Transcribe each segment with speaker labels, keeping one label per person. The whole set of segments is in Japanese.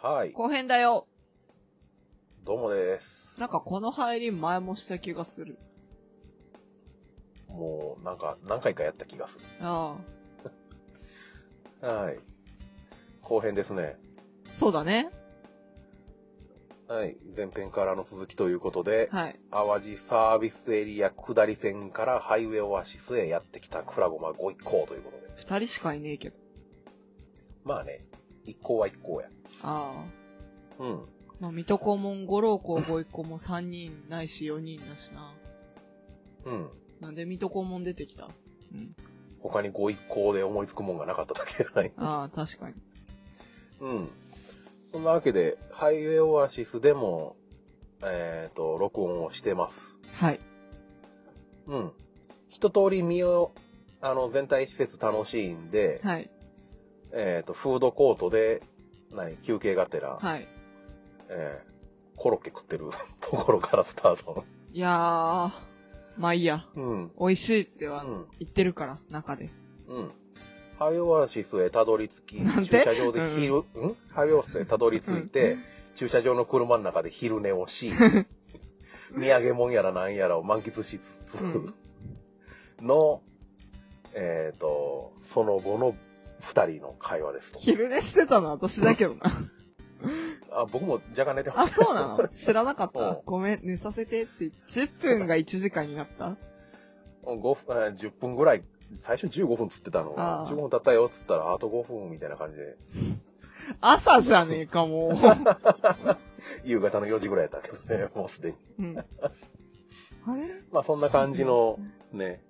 Speaker 1: はい。
Speaker 2: 後編だよ。
Speaker 1: どうもです。
Speaker 2: なんかこの入り前もした気がする。
Speaker 1: もう、なんか、何回かやった気がす
Speaker 2: ああ。
Speaker 1: る。はい。後編ですね。
Speaker 2: そうだね。
Speaker 1: はい。前編からの続きということで、
Speaker 2: はい。
Speaker 1: 淡路サービスエリア下り線からハイウェイオアシスへやってきたクラゴマご一行ということで。
Speaker 2: 二人しかいねえけど。
Speaker 1: まあね、一行は一行や。
Speaker 2: あ
Speaker 1: うん。
Speaker 2: あ。まあ、水戸黄門、五郎公、ご一行も三人ないし四人だしな。
Speaker 1: うん。
Speaker 2: なんで水戸黄門出てきたうん。
Speaker 1: 他にご一行で思いつくもんがなかっただけじゃない。
Speaker 2: ああ、確かに。
Speaker 1: うん。そんなわけで、ハイウェイオアシスでも、えっ、と、録音をしてます。
Speaker 2: はい。
Speaker 1: うん。一通り見よう、あの、全体施設楽しいんで、
Speaker 2: はい。
Speaker 1: えっ、と、フードコートで、何、休憩がてら、
Speaker 2: はい。
Speaker 1: えーコロッケ食ってる ところからスタート。
Speaker 2: いやー。まあいいや。
Speaker 1: うん。
Speaker 2: 美味しいって
Speaker 1: う
Speaker 2: は
Speaker 1: ん。
Speaker 2: 言ってるから、中で。
Speaker 1: うん。ハイオアシスへたどり着き、
Speaker 2: なん
Speaker 1: 駐
Speaker 2: て
Speaker 1: 車場で昼、うん、ハイオアシスへたどり着いて、駐車場の車の中で昼寝を し、土産物やらなんやらを満喫しつつ、
Speaker 2: うん
Speaker 1: の、えっ、と、その後の二人の会話ですと。
Speaker 2: 昼寝してたのは私だけどな。
Speaker 1: あ、僕も若干寝てま
Speaker 2: あ、
Speaker 1: した。
Speaker 2: そうなの 知らなかっ
Speaker 1: う
Speaker 2: た
Speaker 1: ん。
Speaker 2: ごめん、寝させてって。10分が1時間になった
Speaker 1: 5分、えー10分ぐらい、最初15分つってたのが、
Speaker 2: あー
Speaker 1: 15分経ったよっつったら、あと5分みたいな感じで、
Speaker 2: 朝じゃねえか、も
Speaker 1: 夕方の4時ぐらいだったけどね、もうすでに。
Speaker 2: う。うん、あれ
Speaker 1: まあそんな感じの、ね。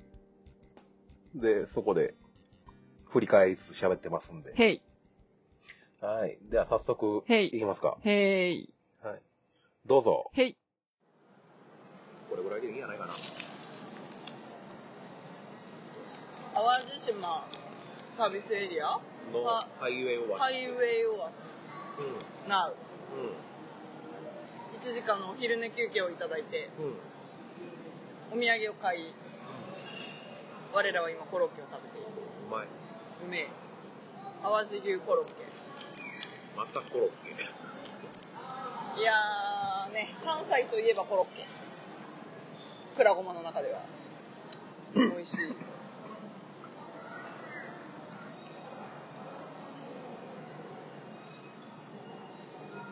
Speaker 1: で、そこで、振り返りつつ喋ってますんで。
Speaker 2: へい、
Speaker 1: はい。では早速、
Speaker 2: へい
Speaker 1: いきますか。
Speaker 2: へい、
Speaker 1: はい。どうぞ。
Speaker 2: へい。
Speaker 1: これぐらいでいいんじゃないかな。
Speaker 2: 淡路島サービスエリア
Speaker 1: の
Speaker 2: は
Speaker 1: ハイウェイオア
Speaker 2: ハ
Speaker 1: シ
Speaker 2: イウェイオアシス。
Speaker 1: ス。
Speaker 2: な
Speaker 1: う
Speaker 2: う、1時間のお昼寝休憩をいただいて、
Speaker 1: ん。うん。うん。
Speaker 2: お土産を買い、我らは今コロッケを食べている。
Speaker 1: うまい。
Speaker 2: うめえ。淡路牛コロッケ。
Speaker 1: またコロッケ。
Speaker 2: いやーね、関西といえばコロッケ。くらごまの中では。美味しい。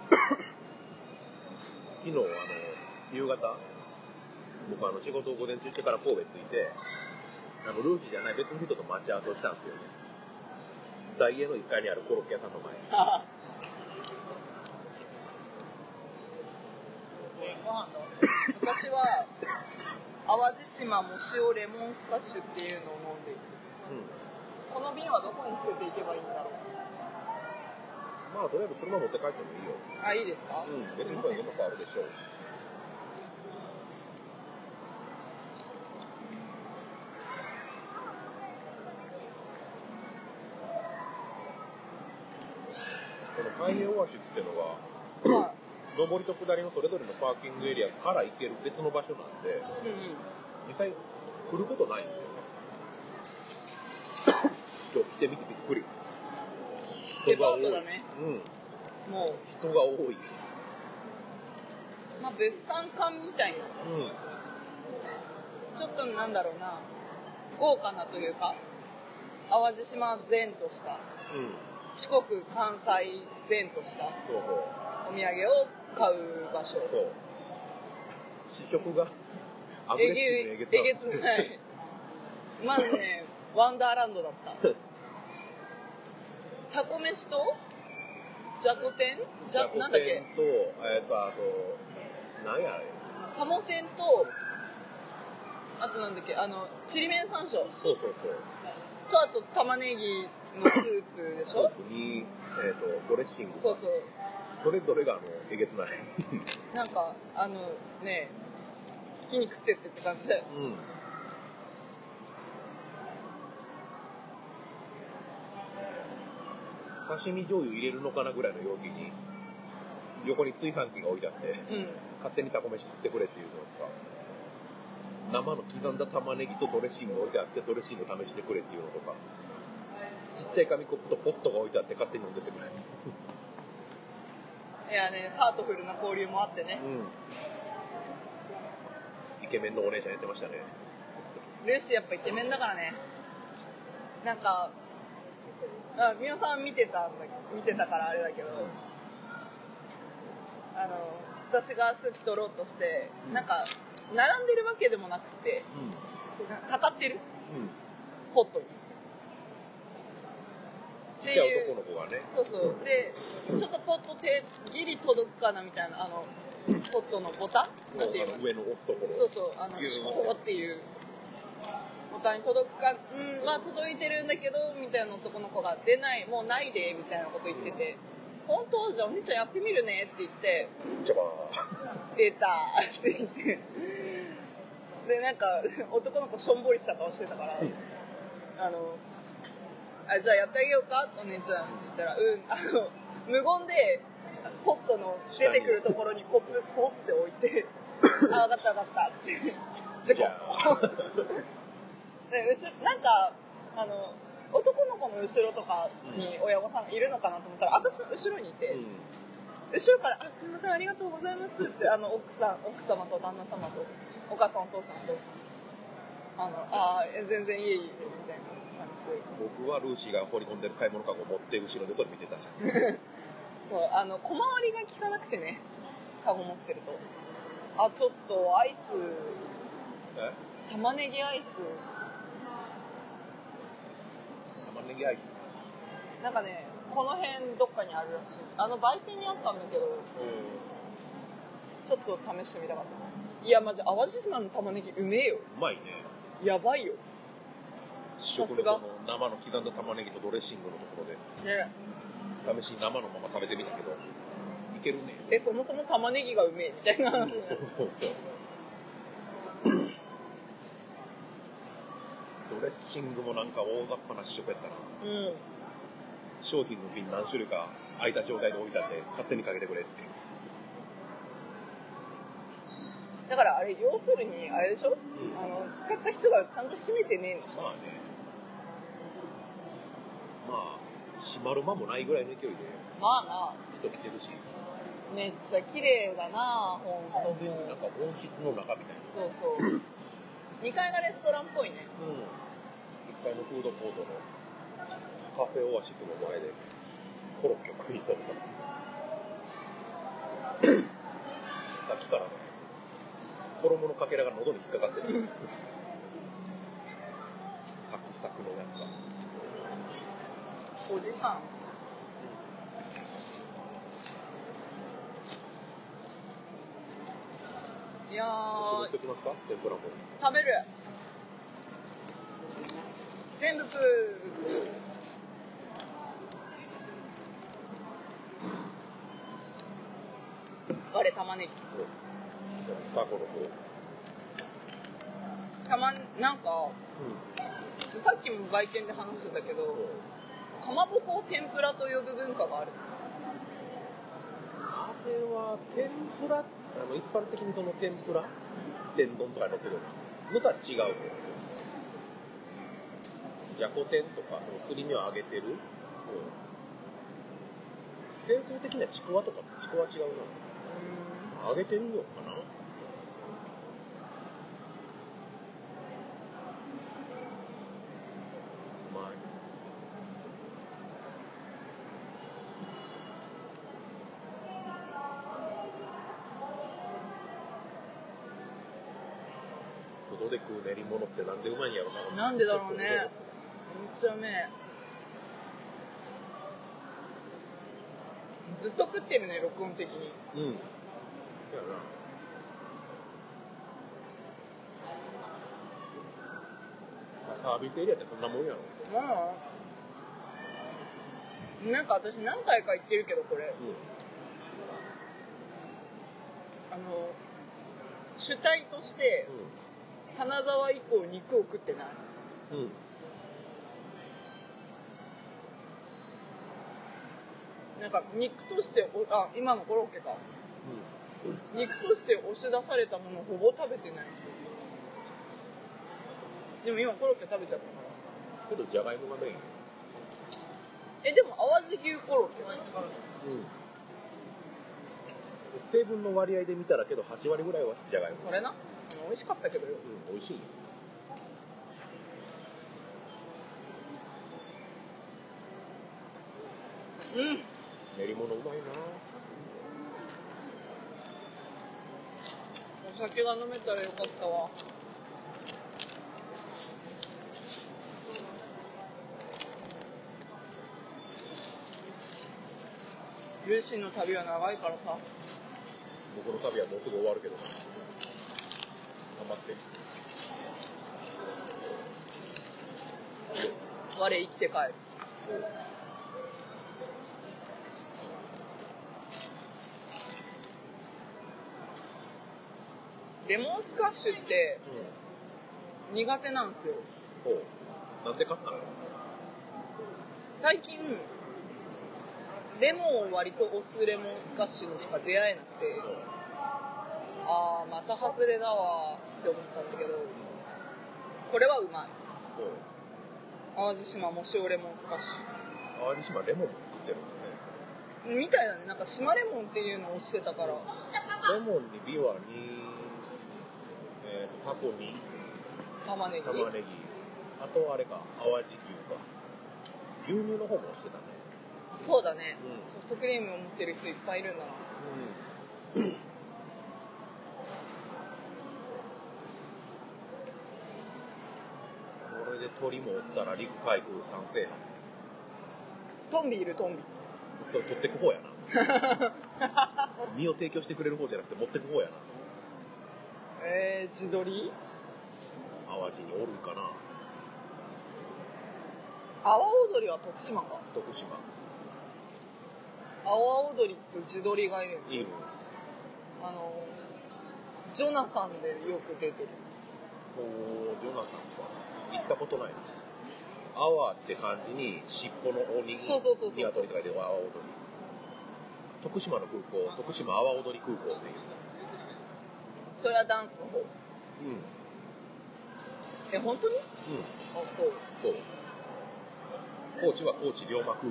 Speaker 1: 昨日、あの、夕方、僕あの、仕事を午前中してから神戸着いて、あの、ルーシーじゃない別の人と待ち合わせをしたんですよね。ダイエーの1階にあるコロッケ屋さんの前に。
Speaker 2: あご飯だ。昔は、淡路島も塩レモンスカッシュっていうのを飲んでいて。
Speaker 1: うん。
Speaker 2: この瓶はどこに捨てていけばいいんだろう
Speaker 1: まあ、とりあえず車持って帰ってもいいよ。
Speaker 2: あ、いいですか
Speaker 1: うん、別にこれどんな変わるでしょう。このハイエーオアシスっていうのが、
Speaker 2: は
Speaker 1: 上りと下りのそれぞれのパーキングエリアから行ける別の場所なんで、
Speaker 2: い。うんうん。
Speaker 1: 実際来ることないんですよね。今日来てみてびっくり。
Speaker 2: デパートだね。
Speaker 1: うん、
Speaker 2: も
Speaker 1: 人が多い。
Speaker 2: う、まあ、物産館みたいな。
Speaker 1: うん。
Speaker 2: ちょっとなんだろうな、豪華なというか、淡路島前とした、
Speaker 1: うん。
Speaker 2: 四国、関西前とした
Speaker 1: そうそう。
Speaker 2: お土産を買う場所。
Speaker 1: そう。試食が、アグレ
Speaker 2: え
Speaker 1: ッ
Speaker 2: げ
Speaker 1: シブにえげつ
Speaker 2: えげつない。まず ね、ワンダーランドだった。タコ飯と、じゃこ天じゃ、なんだっけ
Speaker 1: と、えっと、あと、なんやあれ。
Speaker 2: 鴨天と、あとなんだっけ、あの、ちりめん山椒
Speaker 1: そうそうそう。
Speaker 2: と、あと玉ねぎのスープで し
Speaker 1: ソー
Speaker 2: ょ
Speaker 1: プに、えっと、ドレッシング。
Speaker 2: そうそう。
Speaker 1: それぞれが、あの、えげつない。
Speaker 2: なんか、あのね、好きに食ってってって感じだよ。
Speaker 1: うん。刺身醤油入れるのかなぐらいの容器に、横に炊飯器が置いてあって。
Speaker 2: うん。
Speaker 1: 勝手にタコ飯食ってくれっていうのか生の刻んだ玉ねぎとドレッシングが置いてあってドレッシング試してくれっていうのとかちっちゃい紙コップとポットが置いてあって勝手に飲んでってくれ
Speaker 2: いやねハートフルな交流もあってね
Speaker 1: うんイケメンのお姉ちゃんやってましたね
Speaker 2: ルーシーやっぱイケメンだからねなんかあ美桜さん見てたんだ見てたからあれだけどあの私がスープ取ろうとして
Speaker 1: うん
Speaker 2: なんか並んでるわけでもなくて
Speaker 1: う
Speaker 2: な語ってる
Speaker 1: んうん
Speaker 2: ホットにって
Speaker 1: ちっちゃい
Speaker 2: いう
Speaker 1: 男の子がね
Speaker 2: そうそうでちょっとポット手ギリ届くかなみたいなあのポットのボタンなんていうの
Speaker 1: あの上の押すところ
Speaker 2: そうそう、あの、
Speaker 1: ギューン
Speaker 2: こうっていう。ボタンに届くか、うん、まあ届いてるんだけど、みたいな男の子が出ない、もうないで、みたいなこと言ってて、本当じゃあお姉ちゃんやってみるねって言って、
Speaker 1: ジャバ
Speaker 2: 出たって言って。で、なんか、男の子しょんぼりした顔してたから、
Speaker 1: ー
Speaker 2: あの、あ、じゃあやってあげようかお姉ちゃんって言ったら、うん、あの、無言で、ポットの出てくるところにコップそって置い て、あ、わかったわかったって。
Speaker 1: じゃあ
Speaker 2: で後ろなんかあの男の子の後ろとかに親御さんがいるのかなと思ったら私の後ろにいて、後ろから「あすいませんありがとうございます」ってあの奥さん奥様と旦那様とお母さんお父さんと「あのあーえ全然いえいえ」みたいな感じで
Speaker 1: 僕はルーシーが放り込んでる買い物かごを持って後ろでそれ見てたんです
Speaker 2: そうあの小回りが利かなくてねカゴ持ってるとあちょっとアイス
Speaker 1: え
Speaker 2: 玉ねぎアイス
Speaker 1: 玉ねぎアイス
Speaker 2: なんかねこの辺どっかにあるらしいあの売店にあったんだけど
Speaker 1: う
Speaker 2: ちょっと試してみたかったいやマジ淡路島の玉ねぎうめえよ
Speaker 1: まいね
Speaker 2: やばいよ
Speaker 1: 試食のその生の刻んだ玉ねぎとドレッシングのところ
Speaker 2: ね
Speaker 1: で試しに生のまま食べてみたけどいけるね
Speaker 2: えそもそも玉ねぎがうめえみたいな
Speaker 1: そうそうドレッシングもなんか大雑把な試食やったな
Speaker 2: うん
Speaker 1: 商品の瓶何種類か空いた状態で置いたんで勝手にかけてくれって
Speaker 2: だからあれ要するにあれでしょ、あの使った人がちゃんと閉めてねえんでしょ
Speaker 1: まあねまあ閉まる間もないぐらいの勢いで
Speaker 2: まあ
Speaker 1: 人来てるし
Speaker 2: なめっちゃ綺麗だなほんとも
Speaker 1: なん
Speaker 2: う
Speaker 1: か温室の中みたいな
Speaker 2: そうそう2階がレストランっぽいね
Speaker 1: うん1階のフードコートのカフェオアシスの前でコロッケ食いながらさっきからね衣のかけらが喉に引っかかってるサクサクのやつが
Speaker 2: おじさんいや
Speaker 1: どう
Speaker 2: ー
Speaker 1: してきますか天ぷらも
Speaker 2: 食べる全部食うあれ玉ねぎ
Speaker 1: タコの方うん
Speaker 2: たまなんかさっきも売店で話してたけどかまぼこを天ぷらと呼ぶ文化がある
Speaker 1: あれは天ぷらあの一般的にその天ぷら天丼とかに乗ってるようなのとは違うよじゃこ天とかそのすり身を揚げてる、うん、正統的にはちくわとかちくわ違うな揚げてるのかなうまい外で食う練り物ってなんでうまいんやろな
Speaker 2: なんでだろうねめっちゃうめえずっと食ってるね録音的に
Speaker 1: うん。やな。サービスエリアってそんなもんやろ。
Speaker 2: うんなんか私何回か言ってるけどこれ
Speaker 1: う
Speaker 2: あの主体として金沢以降肉を食ってない
Speaker 1: ん。うん。うん。
Speaker 2: なんか肉としておあ今のコロッケか肉として押し出されたものほぼ食べてないでも今コロッケ食べちゃったから
Speaker 1: けど、じゃがいもがメイン。
Speaker 2: えでも淡路牛コロッケ
Speaker 1: うん。成分の割合で見たらけど8割ぐらいはじゃがいも
Speaker 2: それな美味しかったけどよ
Speaker 1: うん美味しいよ
Speaker 2: うん
Speaker 1: 練り物うまいな
Speaker 2: お酒が飲めたらよかったわルーシーの旅は長いからさ
Speaker 1: 僕の旅はもうすぐ終わるけどな頑張って
Speaker 2: 我生きて帰る
Speaker 1: おう
Speaker 2: レモンスカッシュって
Speaker 1: う
Speaker 2: 苦手なんですよ
Speaker 1: んおうなんで買ったの
Speaker 2: 最近レモンを割と押すレモンスカッシュにしか出会えなくてああまた外れだわーって思ったんだけどこれはうまい
Speaker 1: おう
Speaker 2: 淡路島藻塩レモンスカッシ
Speaker 1: 淡路島レモンも作ってるんですね
Speaker 2: ュみたいだねなんか島レモンっていうのをしてたから
Speaker 1: レモンにビワに、えー、とタコに
Speaker 2: 玉ねぎ
Speaker 1: 玉ねぎあとあれか淡路牛か牛乳の方もしてたね
Speaker 2: そうだね、
Speaker 1: うん
Speaker 2: ソフトクリームを持ってる人いっぱいいるんだな
Speaker 1: うんこれで鳥もおったら陸海空賛成な
Speaker 2: トンビいるトンビ
Speaker 1: それ取ってく方やな身を提供してくれる方じゃなくて持ってく方やな
Speaker 2: えー、地鶏
Speaker 1: 淡路におるんかな
Speaker 2: 阿波踊りは徳島か
Speaker 1: 徳島
Speaker 2: 阿波踊りっつう地鶏がいるんです
Speaker 1: い
Speaker 2: よ
Speaker 1: いの
Speaker 2: あのジョナサンでよく出てる
Speaker 1: おージョナサンは行ったことないなアワーって感じに尻尾の鬼に
Speaker 2: そうそうそうそう
Speaker 1: 鶏とかで阿波踊り徳島の空港徳島阿波踊り空港っていう
Speaker 2: それはダンスの
Speaker 1: う
Speaker 2: 方
Speaker 1: んうん
Speaker 2: え本当にあそう
Speaker 1: そう高知は高知龍馬空港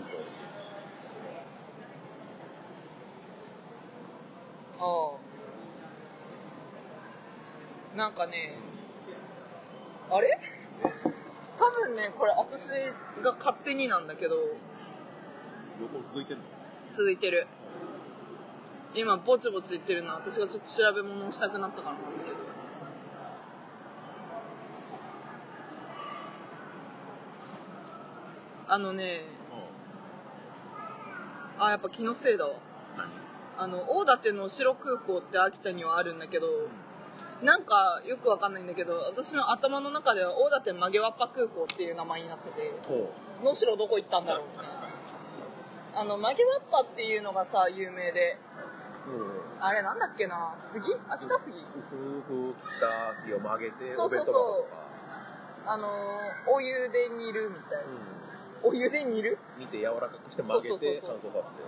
Speaker 2: ああなんかねあれ多分ねこれ私が勝手になんだけど
Speaker 1: 横続いてるの
Speaker 2: 続いてる今ぼちぼち言ってるのは私がちょっと調べ物をしたくなったからなんだけどあのねあやっぱ気のせいだわ
Speaker 1: 何
Speaker 2: あの大館の白空港って秋田にはあるんだけど、なんかよくわかんないんだけど私の頭の中では大館曲げわっぱ空港っていう名前になってて
Speaker 1: ほ
Speaker 2: 能代どこ行ったんだろうあの曲げわっぱっていうのがさ有名で
Speaker 1: ううん
Speaker 2: あれなんだっけな杉秋田杉
Speaker 1: 薄く切った木を曲げて
Speaker 2: そうそうそう
Speaker 1: お弁当箱とか
Speaker 2: あのーお湯で煮るみたいなお湯で煮る
Speaker 1: うん見て柔らかくして曲げ
Speaker 2: そうそうそ
Speaker 1: て
Speaker 2: うそう
Speaker 1: 炭素化って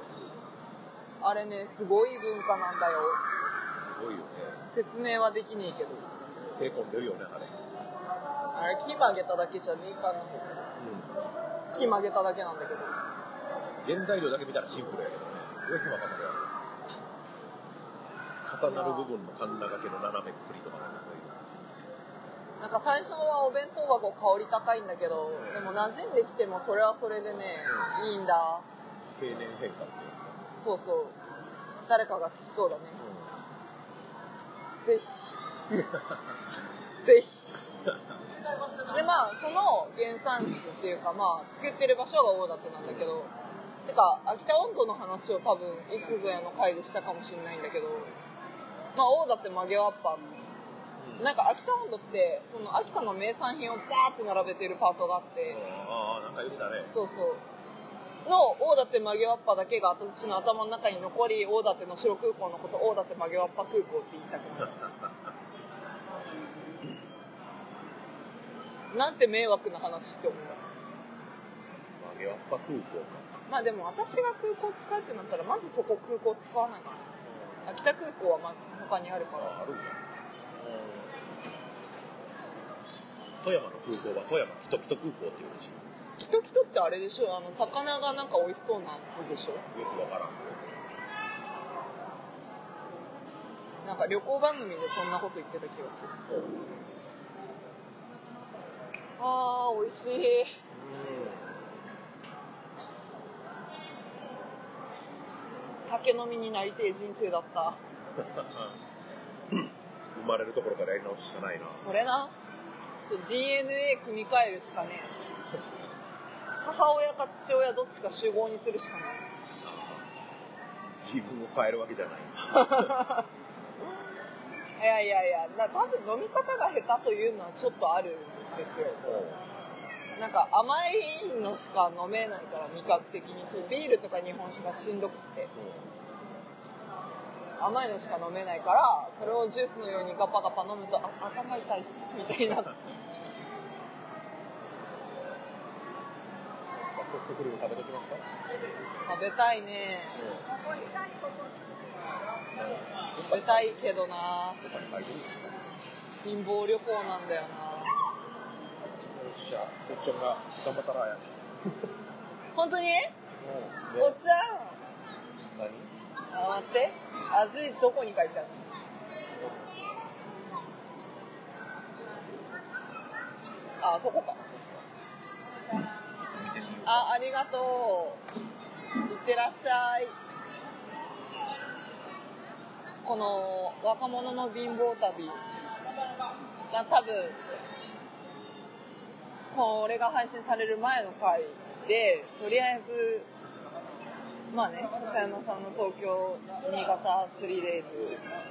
Speaker 2: あれねすごい文化なんだよ
Speaker 1: すごいよね
Speaker 2: 説明はできねえけど
Speaker 1: 手込んでるよねあれ
Speaker 2: あれ木曲げただけじゃねえかな木曲げただけなんだけど
Speaker 1: 原材料だけ見たらシンプルやけどねよくわかんない重なる部分のカンナ掛けの斜めっぷりとかなんかそういう
Speaker 2: なんか最初はお弁当箱香り高いんだけどでも馴染んできてもそれはそれでねいいんだ
Speaker 1: 経年変化っていうか
Speaker 2: そうそう誰かが好きそうだねぜひぜひでまあその原産地っていうかまあ作ってる場所が大館なんだけどてか秋田温度の話を多分いつぞやの回でしたかもしれないんだけどまあ大館曲げわっぱ
Speaker 1: うん
Speaker 2: なんか秋田温度ってその秋田の名産品をバーって並べてるパートがあって、
Speaker 1: ああなんか言ってたね
Speaker 2: そうそうの大館曲げわっぱだけが私の頭の中に残り大館の白空港のこと大館曲げわっぱ空港って言いたくなるなんて迷惑な話って思う
Speaker 1: 曲げわっぱ空港か
Speaker 2: まあでも私が空港使うってなったらまずそこ空港使わないかな秋田空港はまあ他にあるから
Speaker 1: ああるんだ富山の空港は富山キトキト空港っていうらしい
Speaker 2: キトキトってあれでしょあの魚がなんか美味しそうなやつでしょ
Speaker 1: よくわからん
Speaker 2: なんか旅行番組でそんなこと言ってた気がするあー美味しい酒飲みになりてえ人生だった
Speaker 1: 生まれるところからやり直すしかないな
Speaker 2: それなちょっと DNA 組み替えるしかねえ母親か父親どっちか集合にするしかない
Speaker 1: 自分を変えるわけじゃない
Speaker 2: いやいやいやな多分飲み方が下手というのはちょっとあるんですよなんか甘いのしか飲めないから味覚的にちょっとビールとか日本酒がしんどくって甘いのしか飲めないからそれをジュースのようにガパガパ飲むとあ頭痛いっすみたいな
Speaker 1: ソフトクリーム食べときますか
Speaker 2: 食べたいね食べたいけどな
Speaker 1: どっかに書いてる
Speaker 2: 貧乏旅行なんだよ
Speaker 1: よ
Speaker 2: な
Speaker 1: っしゃおっちゃんが頑張ったらや
Speaker 2: 本当に
Speaker 1: うん
Speaker 2: おっちゃん
Speaker 1: 何
Speaker 2: あ待って味どこに書いてあるのあそこか
Speaker 1: 見てみよう
Speaker 2: あありがとういってらっしゃいこの若者の貧乏旅が多分これが配信される前の回でとりあえずまあね笹山さんの東京新潟 3days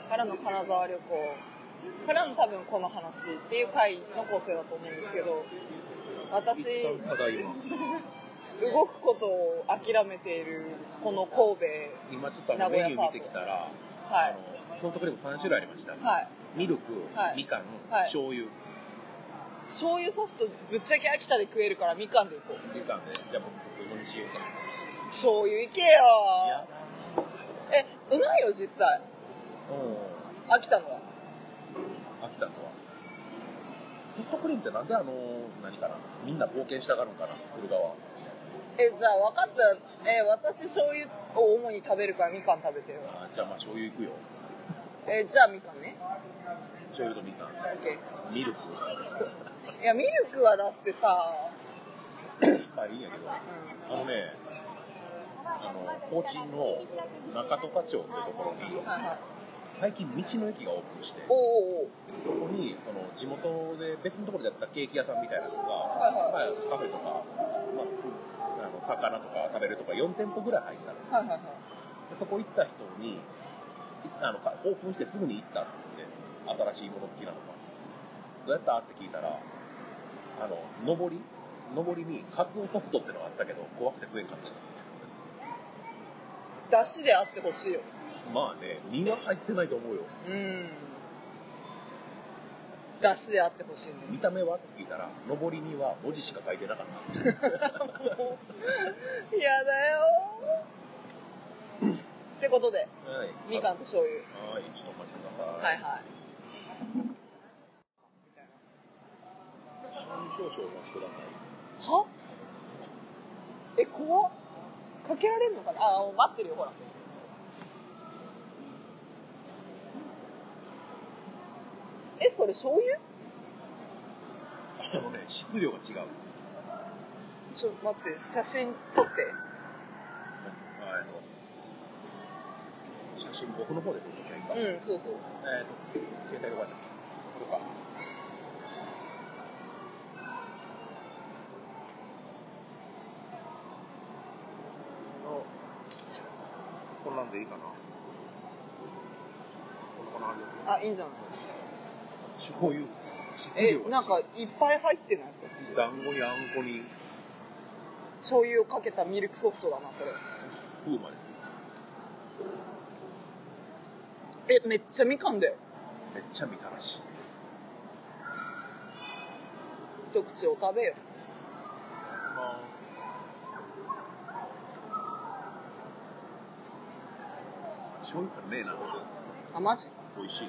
Speaker 2: からの金沢旅行からの多分この話っていう回の構成だと思うんですけど私
Speaker 1: 一旦ただ今
Speaker 2: 動くことを諦めているこの神
Speaker 1: 今ちょっとあのメニュー見てきたら
Speaker 2: 戸は
Speaker 1: あ
Speaker 2: い
Speaker 1: のソフトクリーム3種類ありました、
Speaker 2: はい
Speaker 1: ミルク、
Speaker 2: はい
Speaker 1: みかん、
Speaker 2: はい
Speaker 1: 醤油
Speaker 2: 醤油ソフトぶっちゃけ秋田で食えるからみかんでいこう
Speaker 1: みかんねじゃあ僕普通のにしようかな
Speaker 2: 醤油いけ
Speaker 1: いや
Speaker 2: よえうまいよ実際
Speaker 1: うん
Speaker 2: 秋田のは
Speaker 1: 飽きたのはソフトクリームってなんであの何かなみんな冒険したがるんかな作る側
Speaker 2: えじゃあ分かったえ私醤油を主に食べるからみかん食べてよ
Speaker 1: あーじゃあまあ醤油いくよ
Speaker 2: えじゃあみかんね
Speaker 1: 醤油とみか
Speaker 2: OK
Speaker 1: んミルク
Speaker 2: いやミルクはだってさ、
Speaker 1: まあいいんやけど
Speaker 2: う
Speaker 1: あのね、あの高知の中十日町ってところに
Speaker 2: ん、はいはい
Speaker 1: 最近道の駅がオープンして、そ
Speaker 2: おおうお
Speaker 1: こ
Speaker 2: う
Speaker 1: にその地元で別のところでやったケーキ屋さんみたいなのとか、まあ
Speaker 2: は
Speaker 1: カフェとか、まああの魚とか食べるとか4店舗ぐらい入ったの。
Speaker 2: おうはいはいはい
Speaker 1: でそこ行った人に、いあのかオープンしてすぐに行ったっつって、新しいもの好きなのか。どうやったって聞いたら、あの、上り、上りにカツオソフトってのがあったけど、怖くて食えんかったです。
Speaker 2: だしであってほしいよ
Speaker 1: まあね、身は入ってないと思うよ。
Speaker 2: うんだしであってほしいね
Speaker 1: 見た目はって聞いたら、上りには文字しか書いてなかった。
Speaker 2: やだよーってことで
Speaker 1: はい
Speaker 2: みかんと醤油
Speaker 1: はい、ちょっとお待ちくださ。
Speaker 2: はいいはい
Speaker 1: 少々お待ちくださ
Speaker 2: はえ怖っかけられるのかなあ待ってるよほらえそれ醤油
Speaker 1: い。あのね、質量が違う。
Speaker 2: ちょ待って写真撮って
Speaker 1: あの写真、僕の方で撮っときゃいいか。え
Speaker 2: うんそうそう
Speaker 1: ーと、携帯が終わっちゃった。これか。あこんなんでいいかな。こんな感じ
Speaker 2: あいいんじゃない
Speaker 1: 醤油。質
Speaker 2: え
Speaker 1: 量が違う
Speaker 2: なんかいっぱい入ってないそっち
Speaker 1: 団子にあんこに
Speaker 2: 醤油をかけたミルクソフトだなそれ
Speaker 1: スプーマです
Speaker 2: えめっちゃみかんだよ
Speaker 1: めっちゃみたらし
Speaker 2: 一口を食べよ
Speaker 1: あ醤油感ねえな
Speaker 2: あマジ
Speaker 1: 美味しい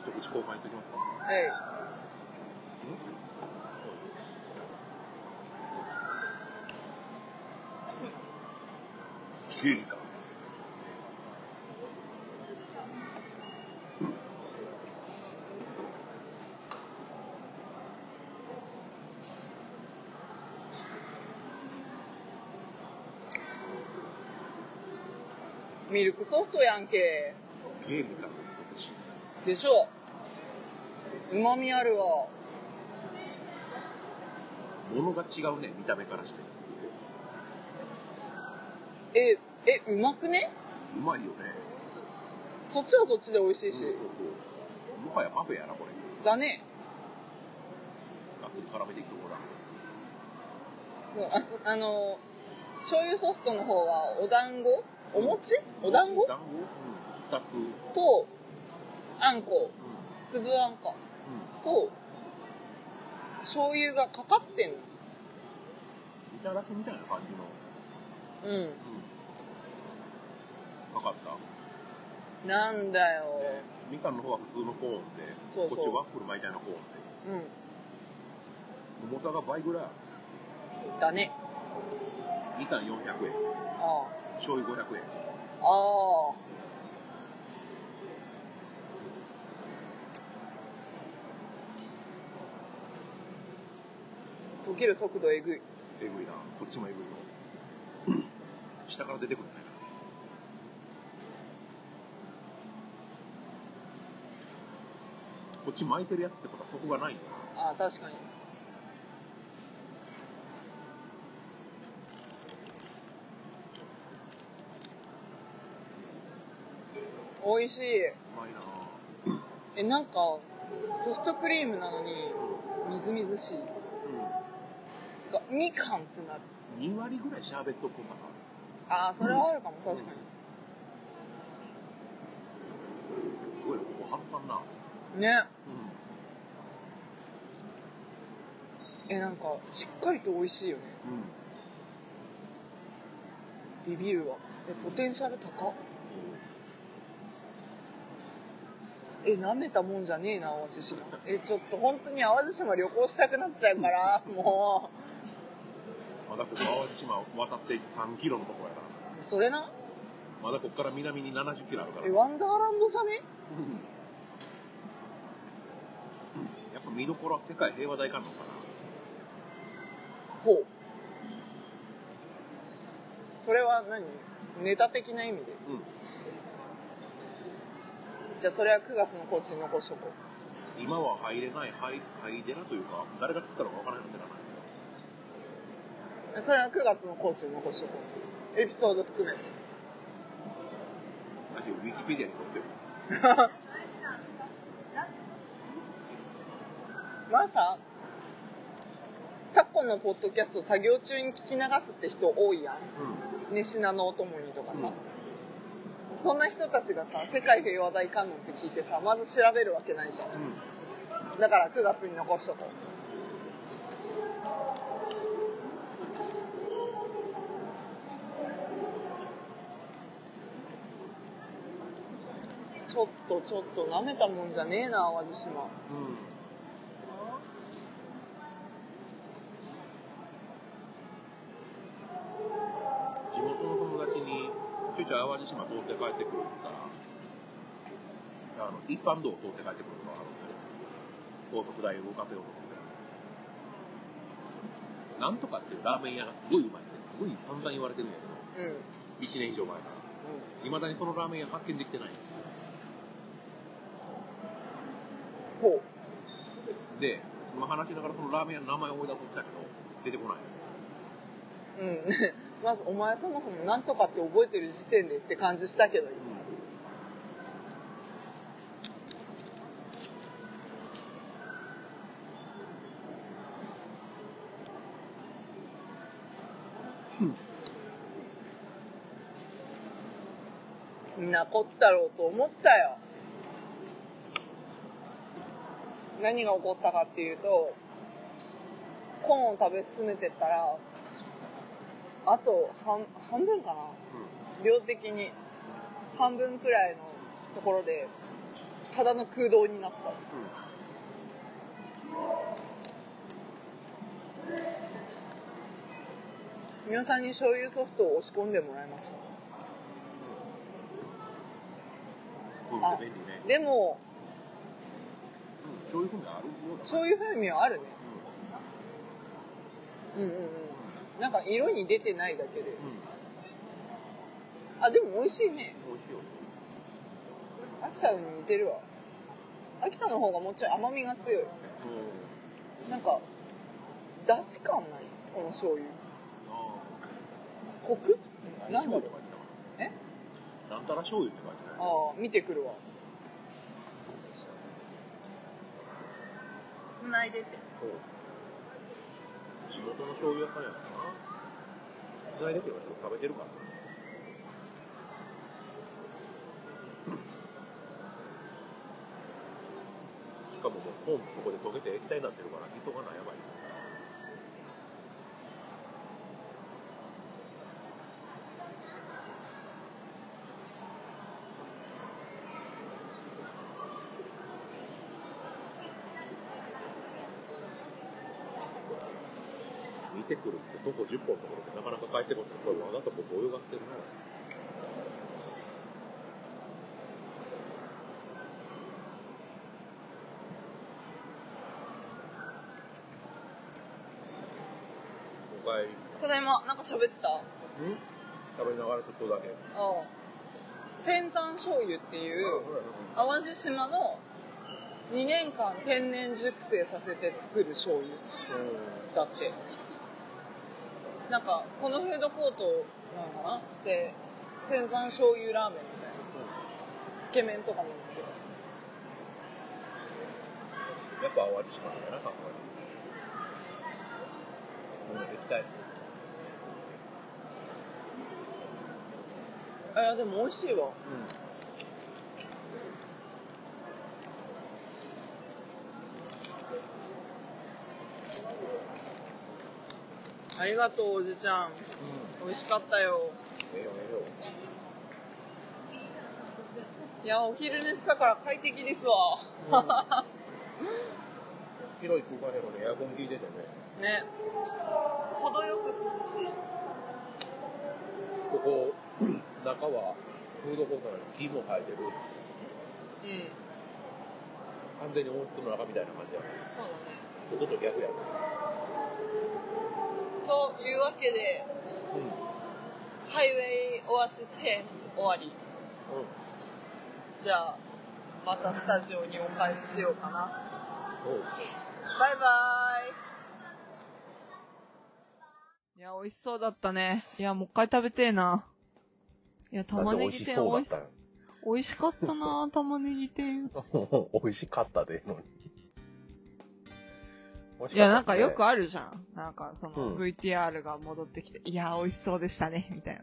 Speaker 1: 一口交換いっときますか
Speaker 2: え
Speaker 1: 牛乳か
Speaker 2: えミルクソフトやんけ
Speaker 1: ゲームから美しい
Speaker 2: でしょうまみあるわ
Speaker 1: 物が違うね見た目からして
Speaker 2: ええうまくね
Speaker 1: うまいよね
Speaker 2: そっちはそっちで美味しいし、
Speaker 1: うんうんうんもはやパフェやなこれ
Speaker 2: だね
Speaker 1: ガッツリ絡めていくところだ
Speaker 2: そうあつあの醤油ソフトの方はお団子お餅お団子
Speaker 1: お団子うん二つうん
Speaker 2: とあんこ粒あんかと醤油がかかってんの
Speaker 1: いただきみたいな感じの
Speaker 2: うん
Speaker 1: うんかかった
Speaker 2: なんだよ、
Speaker 1: ねみかんの方は普通のコーンで
Speaker 2: そうそう
Speaker 1: こっちワッフル巻いたようなコーンで重さが倍ぐらいあ
Speaker 2: うんだね
Speaker 1: るみかん400円
Speaker 2: あ
Speaker 1: 醤油500円
Speaker 2: あああ溶ける速度えぐい
Speaker 1: えぐいなこっちもえぐいよ下から出てくるねこっち巻いてるやつってことはそこがないんだな
Speaker 2: ああ確かに美味しいう
Speaker 1: まいな
Speaker 2: えなんかソフトクリームなのにみずみずしいがみかんってなる
Speaker 1: うん2割ぐらいシャーベットっぽさがある
Speaker 2: ああそれはあるかも確か
Speaker 1: すごいなここ外さんな
Speaker 2: にね
Speaker 1: う
Speaker 2: えなんかしっかりと美味しいよね
Speaker 1: んうん
Speaker 2: ビビるわえポテンシャル高っえ舐めたもんじゃねえな淡路島えちょっと本当に淡路島旅行したくなっちゃうから も
Speaker 1: まだここ淡路島渡って3キロのとこやから
Speaker 2: うそれな
Speaker 1: まだこっから南に70キロあるから
Speaker 2: えワンダーランドじゃね
Speaker 1: うんやっぱ見どころは世界平和大観音かな
Speaker 2: ほうそれは何ネタ的な意味で
Speaker 1: う
Speaker 2: じゃあそれは9月のコーチに残しとこうん
Speaker 1: 今は入れない入入れなというか誰が作ったのかわからないのではないけど
Speaker 2: えそれは9月のコーチに残しとこうエピソード含め
Speaker 1: だけどウィキペディアに載ってる
Speaker 2: まあさ昨今のポッドキャスト作業中に聞き流すって人多いやん寝しなのお供にとか
Speaker 1: うん、う
Speaker 2: さ
Speaker 1: ん、、
Speaker 2: そんな人たちがさ世界平和大観音って聞いてさまず調べるわけないじゃんだから9月に残しとこうちょっとちょっと舐めたもんじゃねえな淡路島
Speaker 1: うんうん地元の友達に「ちょいちょい淡路島通って帰ってくる」って言ったらあの一般道を通って帰ってくるのがあるんで高速代を動かせようと思ってなんとかっていうラーメン屋がすごいうまいってすごい散々言われてるんやけど
Speaker 2: うんうん
Speaker 1: 1年以上前から未だにそのラーメン屋発見できてない
Speaker 2: ほ
Speaker 1: で今話しながらそのラーメン屋の名前を思い出そうとしたけど出てこないう
Speaker 2: うん まずお前そもそも何とかって覚えてる時点でって感じしたけどんなこったろうと思ったよ何が起こったかっていうとコーンを食べ進めてったらあと半半分かな量的に半分くらいのところでただの空洞になった皆さんに醤油ソフトを押し込んでもらいました
Speaker 1: うんうんすごい便利ね
Speaker 2: でも
Speaker 1: うんそういうふうにあるようだ
Speaker 2: 醤油風味はあるね
Speaker 1: う
Speaker 2: うんうんうんなんか色に出てないだけで
Speaker 1: んうん
Speaker 2: あでも美味しいね
Speaker 3: 美味しいよ
Speaker 2: 秋田に似てるわ秋田の方がもうちょい甘みが強い
Speaker 3: うん
Speaker 2: なんか出汁感ないこの醤油
Speaker 3: あ
Speaker 2: コク
Speaker 3: あ
Speaker 2: なんだろう
Speaker 3: えなんたら醤油って書いてない
Speaker 2: ああ見てくるわつないでて
Speaker 3: そう地元の醤油屋さんやからなないだけど食べてるからしかももうポンここで溶けて液体になってるから急がなやばい見てくるって徒歩10本のところでなかなか帰ってこないこれわざと僕泳がせてるなおかえり
Speaker 2: ただいまなんか喋ってたあ
Speaker 3: ん食べながらちょっとだけ
Speaker 2: あ仙山醤油っていう淡路島の2年間天然熟成させて作る醤油
Speaker 3: う
Speaker 2: だってなんかこのフードコートなのかなで仙山醤油ラーメンみたいなつけ麺とかも売ってる
Speaker 3: ん、やっぱ淡路島だよなさすがにもう液体
Speaker 2: あいやでも美味しいわ
Speaker 3: うん
Speaker 2: ありがとうおじちゃん美味しかったよ
Speaker 3: ええよええよ
Speaker 2: いやお昼寝したから快適ですわ、
Speaker 3: 広い空間でもねエアコン効いててね
Speaker 2: ね程よく涼しい
Speaker 3: ここ中はフードコートなのに木も生えてる
Speaker 2: うん
Speaker 3: 完全に温室の中みたいな感じやね
Speaker 2: そうだね
Speaker 3: 外と逆やね
Speaker 2: というわけで
Speaker 3: うんうん
Speaker 2: ハイウェイオアシス編終わりじゃあまたスタジオにお返ししようかな
Speaker 3: そう
Speaker 2: バイバイいや美味しそうだったねいやもう一回食べてえないや玉ねぎ天美味し
Speaker 1: ん。
Speaker 2: 美味しかったな 玉ねぎ天
Speaker 1: 美味しかったで、のに。
Speaker 2: いや、なんかよくあるじゃん。なんか、その
Speaker 1: うん
Speaker 2: VTR が戻ってきて、いや、美味しそうでしたね、み たい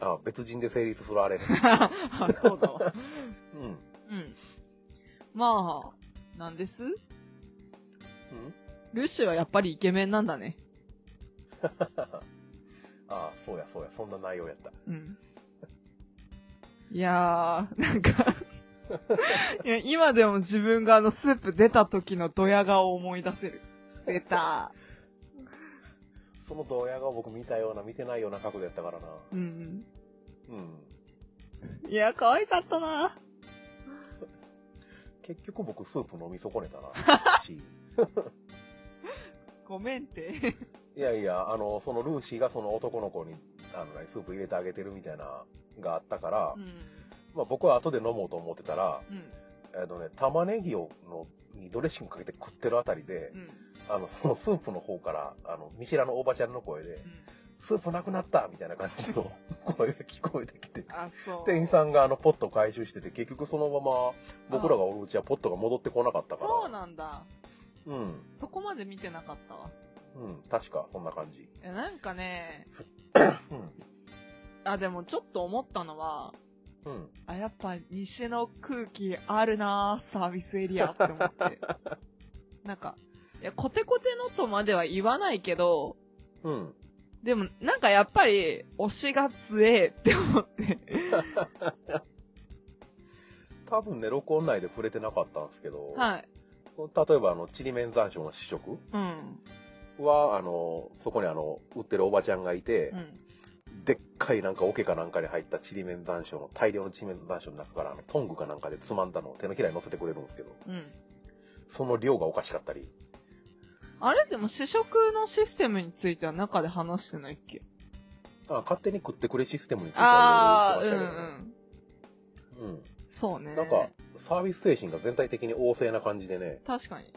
Speaker 1: あ、別人で成立するあれね。
Speaker 2: な。あそうだわ。
Speaker 1: うん。 うん
Speaker 2: うん。まあ、なんですルーシーはやっぱりイケメンなんだね。
Speaker 1: ああ、そうやそうや、そんな内容やった。
Speaker 2: うん。いやー、なんか、いや今でも自分があのスープ出た時のドヤ顔を思い出せる。出た。
Speaker 1: その動画が僕見たような、見てないような角度やったからな。
Speaker 2: うん。
Speaker 1: うん。
Speaker 2: いや、可愛かったな。
Speaker 1: 結局僕スープ飲み損ねたな。 し
Speaker 2: ごめんって。
Speaker 1: いやいや、あの、そのルーシーがその男の子に、あの、何スープ入れてあげてるみたいな、があったから、
Speaker 2: うん。
Speaker 1: まあ僕は後で飲もうと思ってたら、
Speaker 2: うん。
Speaker 1: えっとね、玉ねぎをのにドレッシングかけて食ってるあたりで
Speaker 2: う、ん。
Speaker 1: あの、そのスープの方から、あの、見知らぬおばちゃんの声で
Speaker 2: う、ん。
Speaker 1: スープなくなったみたいな感じ の声が聞こえてきて、
Speaker 2: あ、そう。
Speaker 1: 店員さんがあの、ポット回収してて、結局そのまま、僕らがおるうちはポットが戻ってこなかったから。
Speaker 2: そうなんだ。
Speaker 1: うん。
Speaker 2: そこまで見てなかったわ。
Speaker 1: うん。確か、そんな感じ。
Speaker 2: いやなんかね、
Speaker 1: うん。
Speaker 2: あ、でもちょっと思ったのは、
Speaker 1: うん。
Speaker 2: あ、やっぱ西の空気あるなぁサービスエリアって思 って。なんか、いや、コテコテのとまでは言わないけど、
Speaker 1: うん。
Speaker 2: でもなんかやっぱり推しが強えって思って。
Speaker 1: 多分ね、録音内で触れてなかったんですけど、
Speaker 2: はい。
Speaker 1: 例えばあの、ちりめん山椒の試食
Speaker 2: うん。
Speaker 1: は、あの、そこにあの、売ってるおばちゃんがいて、
Speaker 2: うん。
Speaker 1: でっかいなんか桶かなんかに入ったちりめん山椒の大量のちりめん山椒の中からあのトングかなんかでつまんだのを手のひらに乗せてくれるんですけど
Speaker 2: うん。
Speaker 1: その量がおかしかったり
Speaker 2: あれでも試食のシステムについては中で話してないっけ
Speaker 1: あ勝手に食ってくれシステムについて
Speaker 2: ああ、
Speaker 1: は
Speaker 2: う
Speaker 1: い
Speaker 2: ん
Speaker 1: ろ
Speaker 2: う
Speaker 1: いろ言ってま
Speaker 2: ん。
Speaker 1: したけどうん
Speaker 2: そうね。
Speaker 1: なんか、サービス精神が全体的に旺盛な感じでね、
Speaker 2: 確かに。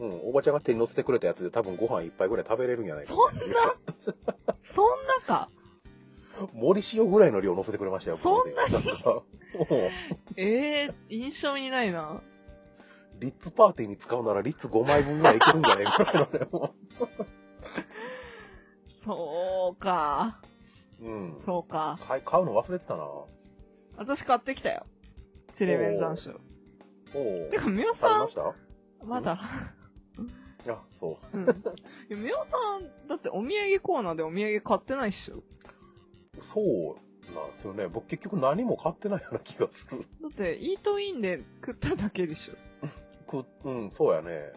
Speaker 1: うん、おばちゃんが手に乗せてくれたやつで多分ご飯一杯ぐらい食べれるんじゃないかみたいな
Speaker 2: そんなか。
Speaker 1: 森塩ぐらいの量乗せてくれましたよ、
Speaker 2: そん
Speaker 1: なになんか、もう、
Speaker 2: ええ印象にないな。
Speaker 1: リッツパーティーに使うならリッツ5枚分ぐらいいけるんじゃないかな、ね、も
Speaker 2: そうか。
Speaker 1: う。うん。
Speaker 2: そうか。
Speaker 1: 買い買うの忘れてたな。お
Speaker 2: 私買ってきたよ。チレメン残暑。
Speaker 1: お。
Speaker 2: てか、み
Speaker 1: 買
Speaker 2: お
Speaker 1: い
Speaker 2: さ
Speaker 1: ま
Speaker 2: ん、
Speaker 1: したあ、
Speaker 2: まだ。
Speaker 1: そ
Speaker 2: うん。いやみおさん、だってお土産コーナーでお土産買ってないっしょ。
Speaker 1: う。そうなんですよね。僕結局何も買ってないような気がする。
Speaker 2: だって、イートインで食っただけでしょ。
Speaker 1: くうん、そうやね。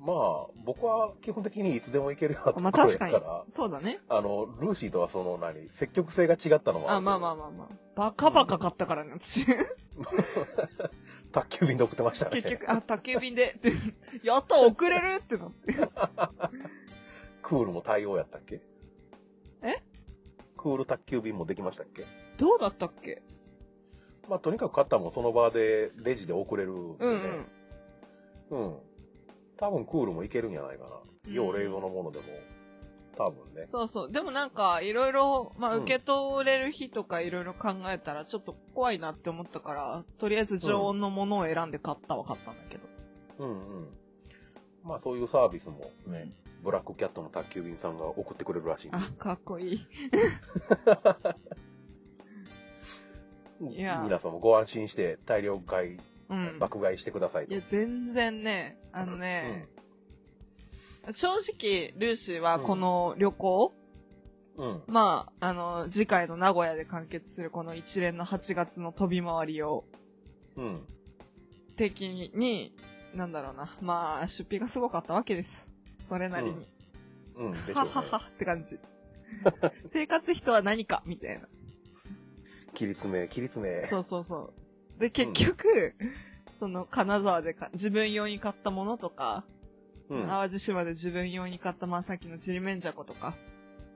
Speaker 1: まあ、僕は基本的にいつでも行けるようなとこ
Speaker 2: まあ
Speaker 1: ろや
Speaker 2: 確
Speaker 1: か、
Speaker 2: からに。そうだね。
Speaker 1: あの、ルーシーとはその何、積極性が違ったのもあ
Speaker 2: あ、
Speaker 1: る
Speaker 2: まあまあまあまあ。バカバカ買ったからね、 私。
Speaker 1: あ。宅急便で送ってましたね。
Speaker 2: 結局、あ、宅急便で、ってやっと遅れるってなって。
Speaker 1: クールも対応やったっけ
Speaker 2: え
Speaker 1: クール宅急便もできましたっけ
Speaker 2: どうだったっけ
Speaker 1: まあとにかく買ったもんその場でレジで送れるんで
Speaker 2: うん
Speaker 1: ね
Speaker 2: うん。
Speaker 1: うん、多分クールもいけるんじゃないか
Speaker 2: う
Speaker 1: な。
Speaker 2: ん
Speaker 1: 要冷蔵のものでも。多分ね。
Speaker 2: そうそう。でもなんか、いろいろ、まあ、
Speaker 1: うん
Speaker 2: 受け取れる日とかいろいろ考えたら、ちょっと怖いなって思ったから、とりあえず常温のものを選んで買ったは買ったんだけど。
Speaker 1: うんうん。まあそういうサービスもね、ブラックキャットの宅急便さんが送ってくれるらしいんで
Speaker 2: あ、かっこいい。
Speaker 1: うん
Speaker 2: いや
Speaker 1: 皆さんもご安心して大量買い、
Speaker 2: うん。
Speaker 1: 爆買いしてください
Speaker 2: い
Speaker 1: と。
Speaker 2: や、全然ね、あのね、正直、ルーシーはこの旅行、
Speaker 1: うん。うん。
Speaker 2: まあ、あの、次回の名古屋で完結するこの一連の8月の飛び回りを、
Speaker 1: うん。
Speaker 2: 的に、なんだろうな。まあ、出費がすごかったわけです。それなりに。
Speaker 1: うん。でしょ
Speaker 2: は
Speaker 1: うね
Speaker 2: は。はって感じ。 生活費とは何かみたいな。
Speaker 1: 切り詰め、切り詰め。
Speaker 2: そうそうそう。で、結局、その、金沢でか自分用に買ったものとか、
Speaker 1: うん。うん
Speaker 2: 淡路島で自分用に買った、まあさっきのちりめんじゃことか、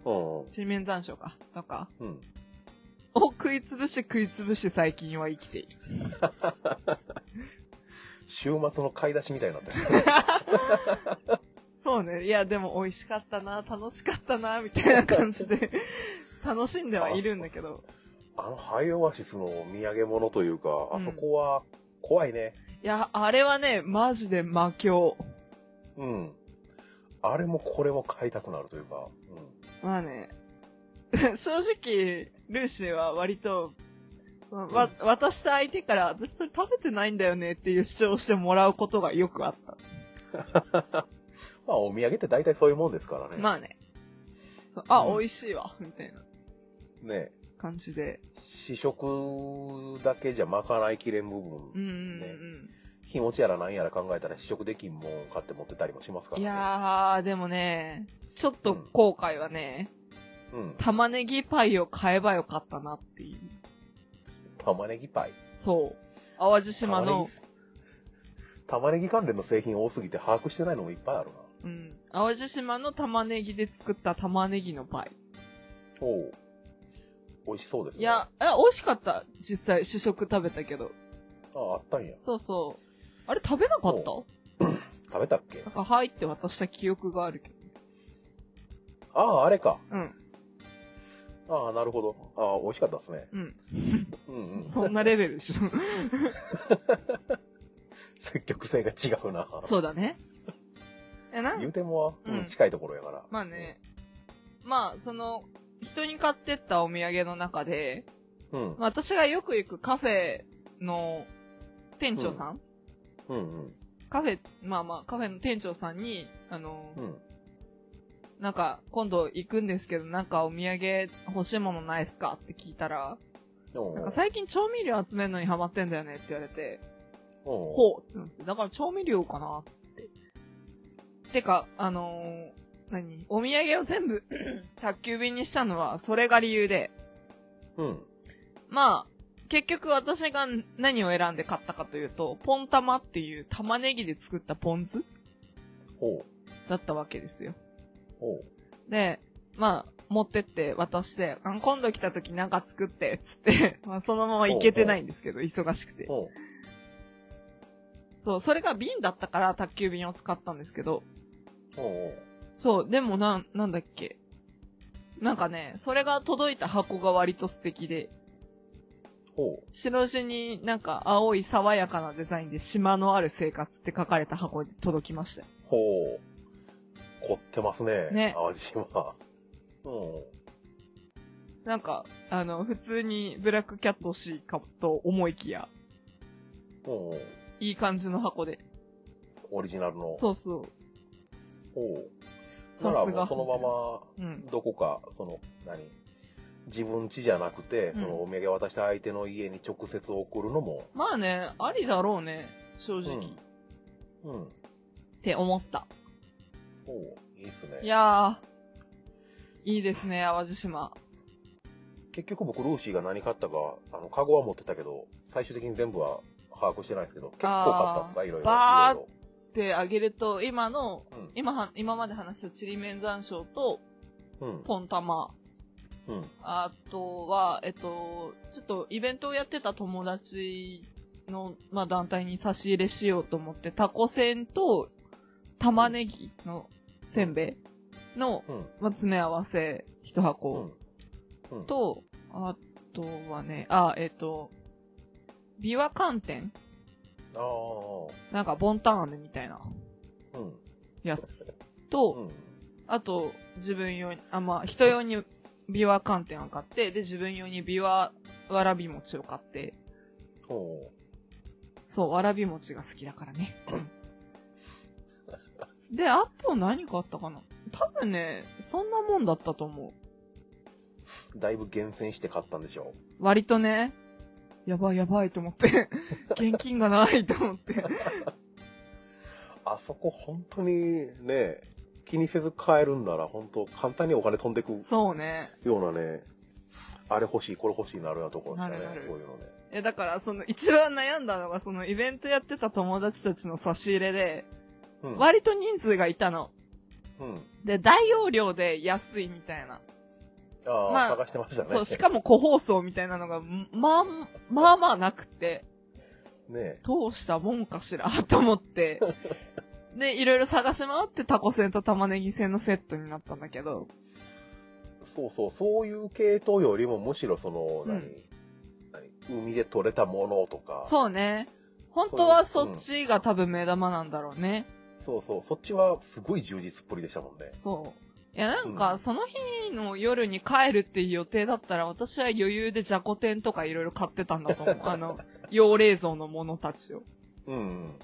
Speaker 1: うん
Speaker 2: ちりめん山椒か、とか、
Speaker 1: うん。
Speaker 2: を食いつぶし食いつぶし最近は生きている。
Speaker 1: 週末の買い出しみたいにな ってる。
Speaker 2: そうね。いや、でも美味しかったな、楽しかったな、みたいな感じ で、楽しんではいるんだけど。
Speaker 1: あのハイオアシスのお土産物というか、
Speaker 2: うん
Speaker 1: あそこは怖いね。
Speaker 2: いや、あれはね、マジで魔境。
Speaker 1: うん。あれもこれも買いたくなるというか。
Speaker 2: まあね。 正直、ルーシーは割と、わ、わ渡した相手から、私それ食べてないんだよねっていう主張をしてもらうことがよくあった。
Speaker 1: うん。まあお土産って大体そういうもんですからね。
Speaker 2: まあね。そうあ、
Speaker 1: うん
Speaker 2: 美味しいわ、みたいな
Speaker 1: ね
Speaker 2: 感じで。
Speaker 1: 試食だけじゃまかないきれん部
Speaker 2: うん
Speaker 1: 分。
Speaker 2: うん
Speaker 1: ね日持ちやら何やら考えたら試食できんもん買って持ってたりもしますか
Speaker 2: うん。
Speaker 1: ら
Speaker 2: い
Speaker 1: ね。
Speaker 2: やー、でもね、ちょっと後悔はね、
Speaker 1: うん。
Speaker 2: 玉ねぎパイを買えばよかったなっていう。
Speaker 1: 玉ねぎパイ。
Speaker 2: そう。淡路島の、
Speaker 1: 玉ねぎ関連の製品多すぎて把握してないのもいっぱいあるな。
Speaker 2: うん。淡路島の玉ねぎで作った玉ねぎのパイ。
Speaker 1: おう。美味しそうですね。
Speaker 2: いや、え、美味しかった。実際、試食食べたけど。
Speaker 1: あ、あったんや。
Speaker 2: そうそう。あれ食べなかった
Speaker 1: お食べたっけ
Speaker 2: なんか、はいって渡した記憶があるけど。
Speaker 1: ああ、あれか。
Speaker 2: うん、
Speaker 1: ああ、なるほど。ああ、美味しかったですね。
Speaker 2: うん。
Speaker 1: うんうん。
Speaker 2: そんなレベルでし ょ。
Speaker 1: 積極性が違うな。
Speaker 2: そうだね。え、な
Speaker 1: 言うても、う
Speaker 2: うん
Speaker 1: ん、近いところやから。
Speaker 2: まあね。まあ、その、人に買ってったお土産の中で、
Speaker 1: うん。
Speaker 2: まあ私がよく行くカフェの店長さん、
Speaker 1: うんうん。
Speaker 2: カフェ、まあまあ、カフェの店長さんに、あの、
Speaker 1: うん。
Speaker 2: なんか、今度行くんですけど、なんかお土産欲しいものないっすかって聞いたら、
Speaker 1: おう
Speaker 2: なんか最近調味料集めるのにハマってんだよねって言われて、
Speaker 1: おう
Speaker 2: ほううんだから調味料かなって。てか、あのー何お土産を全部 宅急便にしたのは、それが理由で。
Speaker 1: うん。
Speaker 2: まあ、結局私が何を選んで買ったかというと、ポン玉っていう玉ねぎで作ったポン酢
Speaker 1: おう
Speaker 2: だったわけですよ。
Speaker 1: おう
Speaker 2: で、まあ、持ってって渡して、あ今度来た時なんか作って、つって、 まあそのまま行けてないんですけど、忙しくて。
Speaker 1: うん。
Speaker 2: そう、それが瓶だったから宅急便を使ったんですけど、
Speaker 1: うんうん。
Speaker 2: そう、でもなん、なんだっけ。なんかね、それが届いた箱が割と素敵で、
Speaker 1: ほ
Speaker 2: 白地になんか青い爽やかなデザインで島のある生活って書かれた箱で届きましたよ。
Speaker 1: う。ほう。凝ってますね。
Speaker 2: ね
Speaker 1: 淡路島。うん。
Speaker 2: なんか、あの、普通にブラックキャットしいかと思いきや、
Speaker 1: うんうん。
Speaker 2: いい感じの箱で。
Speaker 1: オリジナルの。
Speaker 2: そうそう。
Speaker 1: ほう。
Speaker 2: さ
Speaker 1: なら
Speaker 2: す
Speaker 1: も
Speaker 2: が。
Speaker 1: うそのま
Speaker 2: う
Speaker 1: ま
Speaker 2: ん。、
Speaker 1: どこか、その、何自分家じゃなくて、
Speaker 2: う
Speaker 1: そ
Speaker 2: ん
Speaker 1: のお土産渡した相手の家に直接送るのも、
Speaker 2: まあね、ありだろうね、正
Speaker 1: う
Speaker 2: 直。っ
Speaker 1: ん。うん。
Speaker 2: て思った。
Speaker 1: ほう。いいっすね。
Speaker 2: いやー、いいですね、淡路島。
Speaker 1: 結局僕ルーシーが何買ったかあのカゴは持ってたけど最終的に全部は把握してないんですけど結構買ったんですかいろいろ
Speaker 2: バー
Speaker 1: いろ
Speaker 2: で、あげると、今の、
Speaker 1: いろ
Speaker 2: 今は、今まで話したちりめん山椒と、
Speaker 1: うんうん
Speaker 2: ポン玉。
Speaker 1: うん
Speaker 2: あとは、えっと、ちょっとイベントをやってた友達の、まあ、団体に差し入れしようと思って、タコせんと玉ねぎのせんべいの、
Speaker 1: うん
Speaker 2: まあ、詰め合わせ一
Speaker 1: う
Speaker 2: 箱
Speaker 1: んうん
Speaker 2: と、あとはね、あ、えっと、ビワ寒天
Speaker 1: ああ
Speaker 2: なんかボンタン飴みたいな
Speaker 1: うん
Speaker 2: やつと、
Speaker 1: うん
Speaker 2: あと、自分用に、あ、まあ、人用にビワ寒天を買って、で、自分用にビワわらび餅を買って、
Speaker 1: ほ
Speaker 2: そう、わらび餅が好きだからね。 で、あと何かあったかな多分ね、そんなもんだったと思う。
Speaker 1: うだいぶ厳選して買ったんでしょ
Speaker 2: 割とね、やばいやばいと思って、 現金がないと思って。
Speaker 1: あそこ本当にね気にせず買えるんなら本当簡単にお金飛んでく
Speaker 2: そうね。
Speaker 1: ようなねあれ欲しいこれ欲しいなるようなところでしたね
Speaker 2: なるなる
Speaker 1: そういうのね
Speaker 2: え、だから、その、一番悩んだのが、その、イベントやってた友達たちの差し入れで、
Speaker 1: うん
Speaker 2: 割と人数がいたの。
Speaker 1: うん
Speaker 2: で、大容量で安いみたいな。
Speaker 1: ああ
Speaker 2: まあ
Speaker 1: 探してましたね
Speaker 2: そう、しかも個包装みたいなのが、まあ、まあまあなくて。
Speaker 1: ね
Speaker 2: どうしたもんかしらと思 って。で、いろいろ探し回ってタコせんと玉ねぎせんのセットになったんだけど、
Speaker 1: そうそう、そういう系統よりもむしろその、
Speaker 2: うん
Speaker 1: 何、何、海で採れたものとか、
Speaker 2: そうね。本当はそっちが多分目玉なんだろうね。
Speaker 1: そうそう、そっちはすごい充実っぷりでしたもんね。
Speaker 2: そう。いや、なん
Speaker 1: う
Speaker 2: か、
Speaker 1: ん
Speaker 2: その日の夜に帰るっていう予定だったら、私は余裕でじゃこ天とかいろいろ買ってたん だと思う。あの、用冷蔵のものたちを。
Speaker 1: うんうん。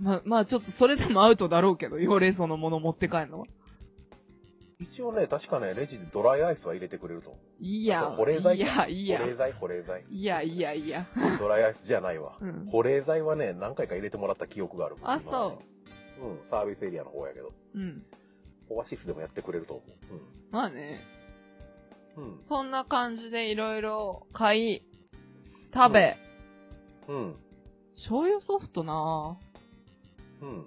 Speaker 2: ま、まあちょっとそれでもアウトだろうけど、用冷蔵のもの持って帰るのは。
Speaker 1: 一応ね、確かね、レジでドライアイスは入れてくれると思。
Speaker 2: いう
Speaker 1: あ
Speaker 2: や
Speaker 1: と、保冷剤
Speaker 2: いや、いや
Speaker 1: 保、冷剤、保冷剤。
Speaker 2: いや、いや、いや。
Speaker 1: ドライアイスじゃないわ。
Speaker 2: うん
Speaker 1: 保冷剤はね、何回か入れてもらった記憶がある。。
Speaker 2: あそう
Speaker 1: うん、サービスエリアの方やけど。
Speaker 2: うん。
Speaker 1: オアシスでもやってくれると思
Speaker 2: まあね。
Speaker 1: う。うん。
Speaker 2: そんな感じでいろいろ買い、食べ、
Speaker 1: うん。うん。
Speaker 2: 醤油ソフトな
Speaker 1: うん。
Speaker 2: ぁ。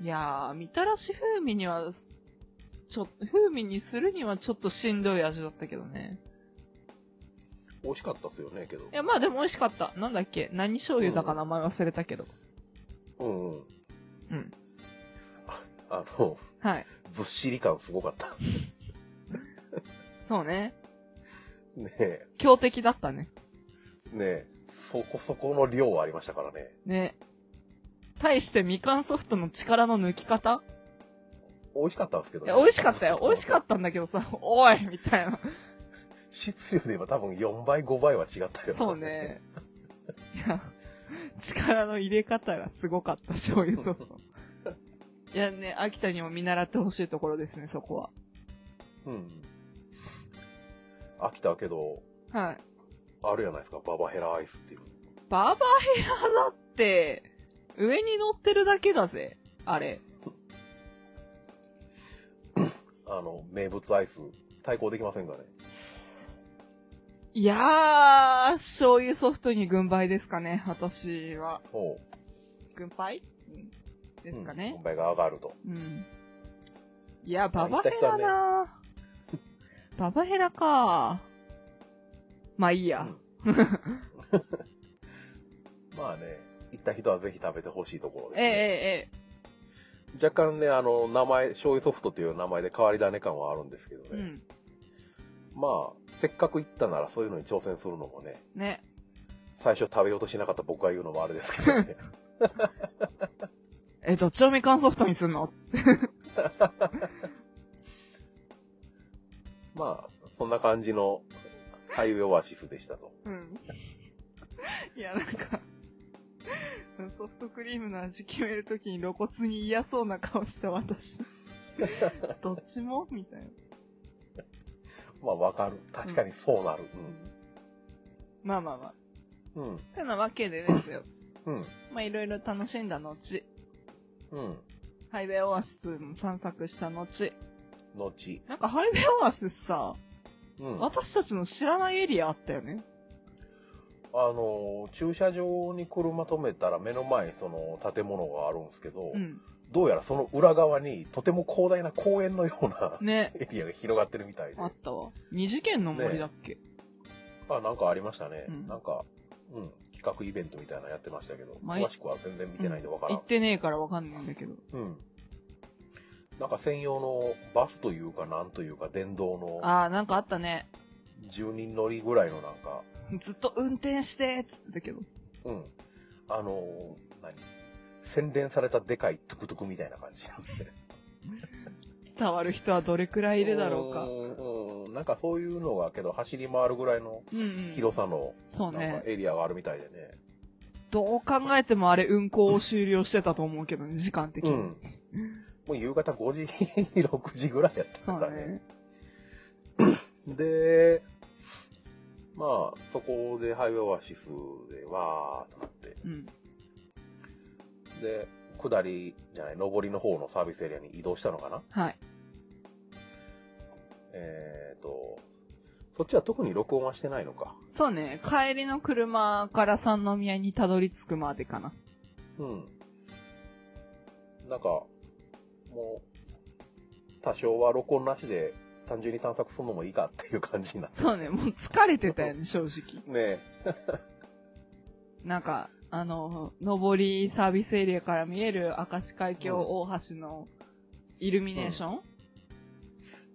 Speaker 2: いやー、みたらし風味には、ちょっと、風味にするにはちょっとしんどい味だったけどね。
Speaker 1: 美味しかったっすよね、けど。
Speaker 2: いや、まあでも美味しかった。なんだっけ何醤油だか
Speaker 1: うん
Speaker 2: 名前忘れたけど。
Speaker 1: うんうん。
Speaker 2: うん。
Speaker 1: あの、
Speaker 2: はい。
Speaker 1: ずっしり感すごかった。
Speaker 2: そうね。
Speaker 1: ねえ、
Speaker 2: 強敵だったね。
Speaker 1: ねえ、そこそこの量はありましたからね。
Speaker 2: ね。対してみかんソフトの力の抜き方
Speaker 1: 美味しかったんですけど
Speaker 2: い
Speaker 1: ね。
Speaker 2: や、美味しかった よ。美味しか
Speaker 1: っ
Speaker 2: ったんだけどさ、おいみたいな。
Speaker 1: た。質量で言えば多分4倍、5倍は違ったよ。
Speaker 2: そう。ね。いや、力の入れ方がすごかった、醤油ソフト。いやね、秋田にも見習ってほしいところですね、そこ
Speaker 1: うん。飽きたけど、
Speaker 2: は。はい。
Speaker 1: あるじゃないですか、ババヘラアイスっていう。
Speaker 2: ババヘラだって、上に乗ってるだけだぜ、あれ。
Speaker 1: あの、名物アイス、対抗できませんかね。
Speaker 2: いやー、醤油ソフトに軍配ですかね、私は。
Speaker 1: ほ
Speaker 2: 軍配うん
Speaker 1: う。
Speaker 2: ですか
Speaker 1: う
Speaker 2: ね
Speaker 1: ん。。4倍が上がると。
Speaker 2: うん。いや、ババヘラなババヘラか。まあいいや。
Speaker 1: まあね、行った人はぜひ食べてほしいところです、
Speaker 2: ええ
Speaker 1: ね。
Speaker 2: えええ
Speaker 1: 若干ね、あの、名前、醤油ソフトという名前で変わり種感はあるんですけどね。
Speaker 2: え。うん。
Speaker 1: まあ、せっかく行ったならそういうのに挑戦するのもね、
Speaker 2: ね。
Speaker 1: 最初食べようとしなかった僕が言うのもあれですけ どね。
Speaker 2: え、どっちをみかんソフトにすんの
Speaker 1: まあ、そんな感じのハイウェイオアシスでしたと。
Speaker 2: うん。いや、なんか、ソフトクリームの味決めるときに露骨に嫌そうな顔した 私。どっちもみたいな。
Speaker 1: まあ、わかる。確かにそうなる。
Speaker 2: まあまあまあ。
Speaker 1: うん。うん。
Speaker 2: てなわけでですよ。
Speaker 1: うん。
Speaker 2: まあいろいろ楽しんだ後、
Speaker 1: うん。
Speaker 2: ハイウェイオアシスも散策した後、
Speaker 1: 後。
Speaker 2: なんかハイウェイオアシスさ、
Speaker 1: うん。あ
Speaker 2: 私たちの知らないエリアあったよね。
Speaker 1: のー、駐車場に車止めたら目の前にその建物があるんですけど、
Speaker 2: うん。
Speaker 1: どうやらその裏側にとても広大な公園のような
Speaker 2: ね。
Speaker 1: エリアが広がってるみたいで。
Speaker 2: あったわ。二次元の森だっけ、
Speaker 1: あ、なんかありましたね。
Speaker 2: うん
Speaker 1: なんか、うん、企画イベントみたいなのやってましたけど、
Speaker 2: 毎
Speaker 1: 詳しくは全然見てないんでわから
Speaker 2: 行
Speaker 1: ん
Speaker 2: っ。てねえからわかんないんだけど。
Speaker 1: うん。なんか専用のバスというかなんというか電動の
Speaker 2: ああ、なんかあったね。
Speaker 1: 10人乗りぐらいのなんか、
Speaker 2: ずっと運転してっつってたけど。
Speaker 1: うん。あのー何洗練されたでかいトゥクトゥクみたいな感じなんで。
Speaker 2: 伝わる人はどれくらいいるだろうか。
Speaker 1: うんうん。なんかそういうのがけど走り回るぐらいの
Speaker 2: うん、うん。
Speaker 1: 広さの
Speaker 2: そう
Speaker 1: なん
Speaker 2: ね
Speaker 1: か。エリアがあるみたいでね。
Speaker 2: どう考えてもあれ運行を終了してたと思うけどね、時間的
Speaker 1: う
Speaker 2: に。
Speaker 1: ん。もう夕方5時、6時ぐらいやった
Speaker 2: そ
Speaker 1: か
Speaker 2: う
Speaker 1: らね
Speaker 2: ね。
Speaker 1: で、まあ、そこでハイウェイオアシスでわーっとなって、
Speaker 2: うん。
Speaker 1: で、下りじゃない、上りの方のサービスエリアに移動したのかな
Speaker 2: はい。
Speaker 1: えーと、そっちは特に録音はしてないのか。
Speaker 2: そうね。帰りの車から三宮にたどり着くまでかな。
Speaker 1: うん。なんか、もう、多少は録音なしで単純に探索するのもいいかっていう感じになって。
Speaker 2: そうね。もう疲れて たよね、正直。
Speaker 1: ねえ。
Speaker 2: なんか、あの、上りサービスエリアから見える明石海峡大橋のイルミネーション、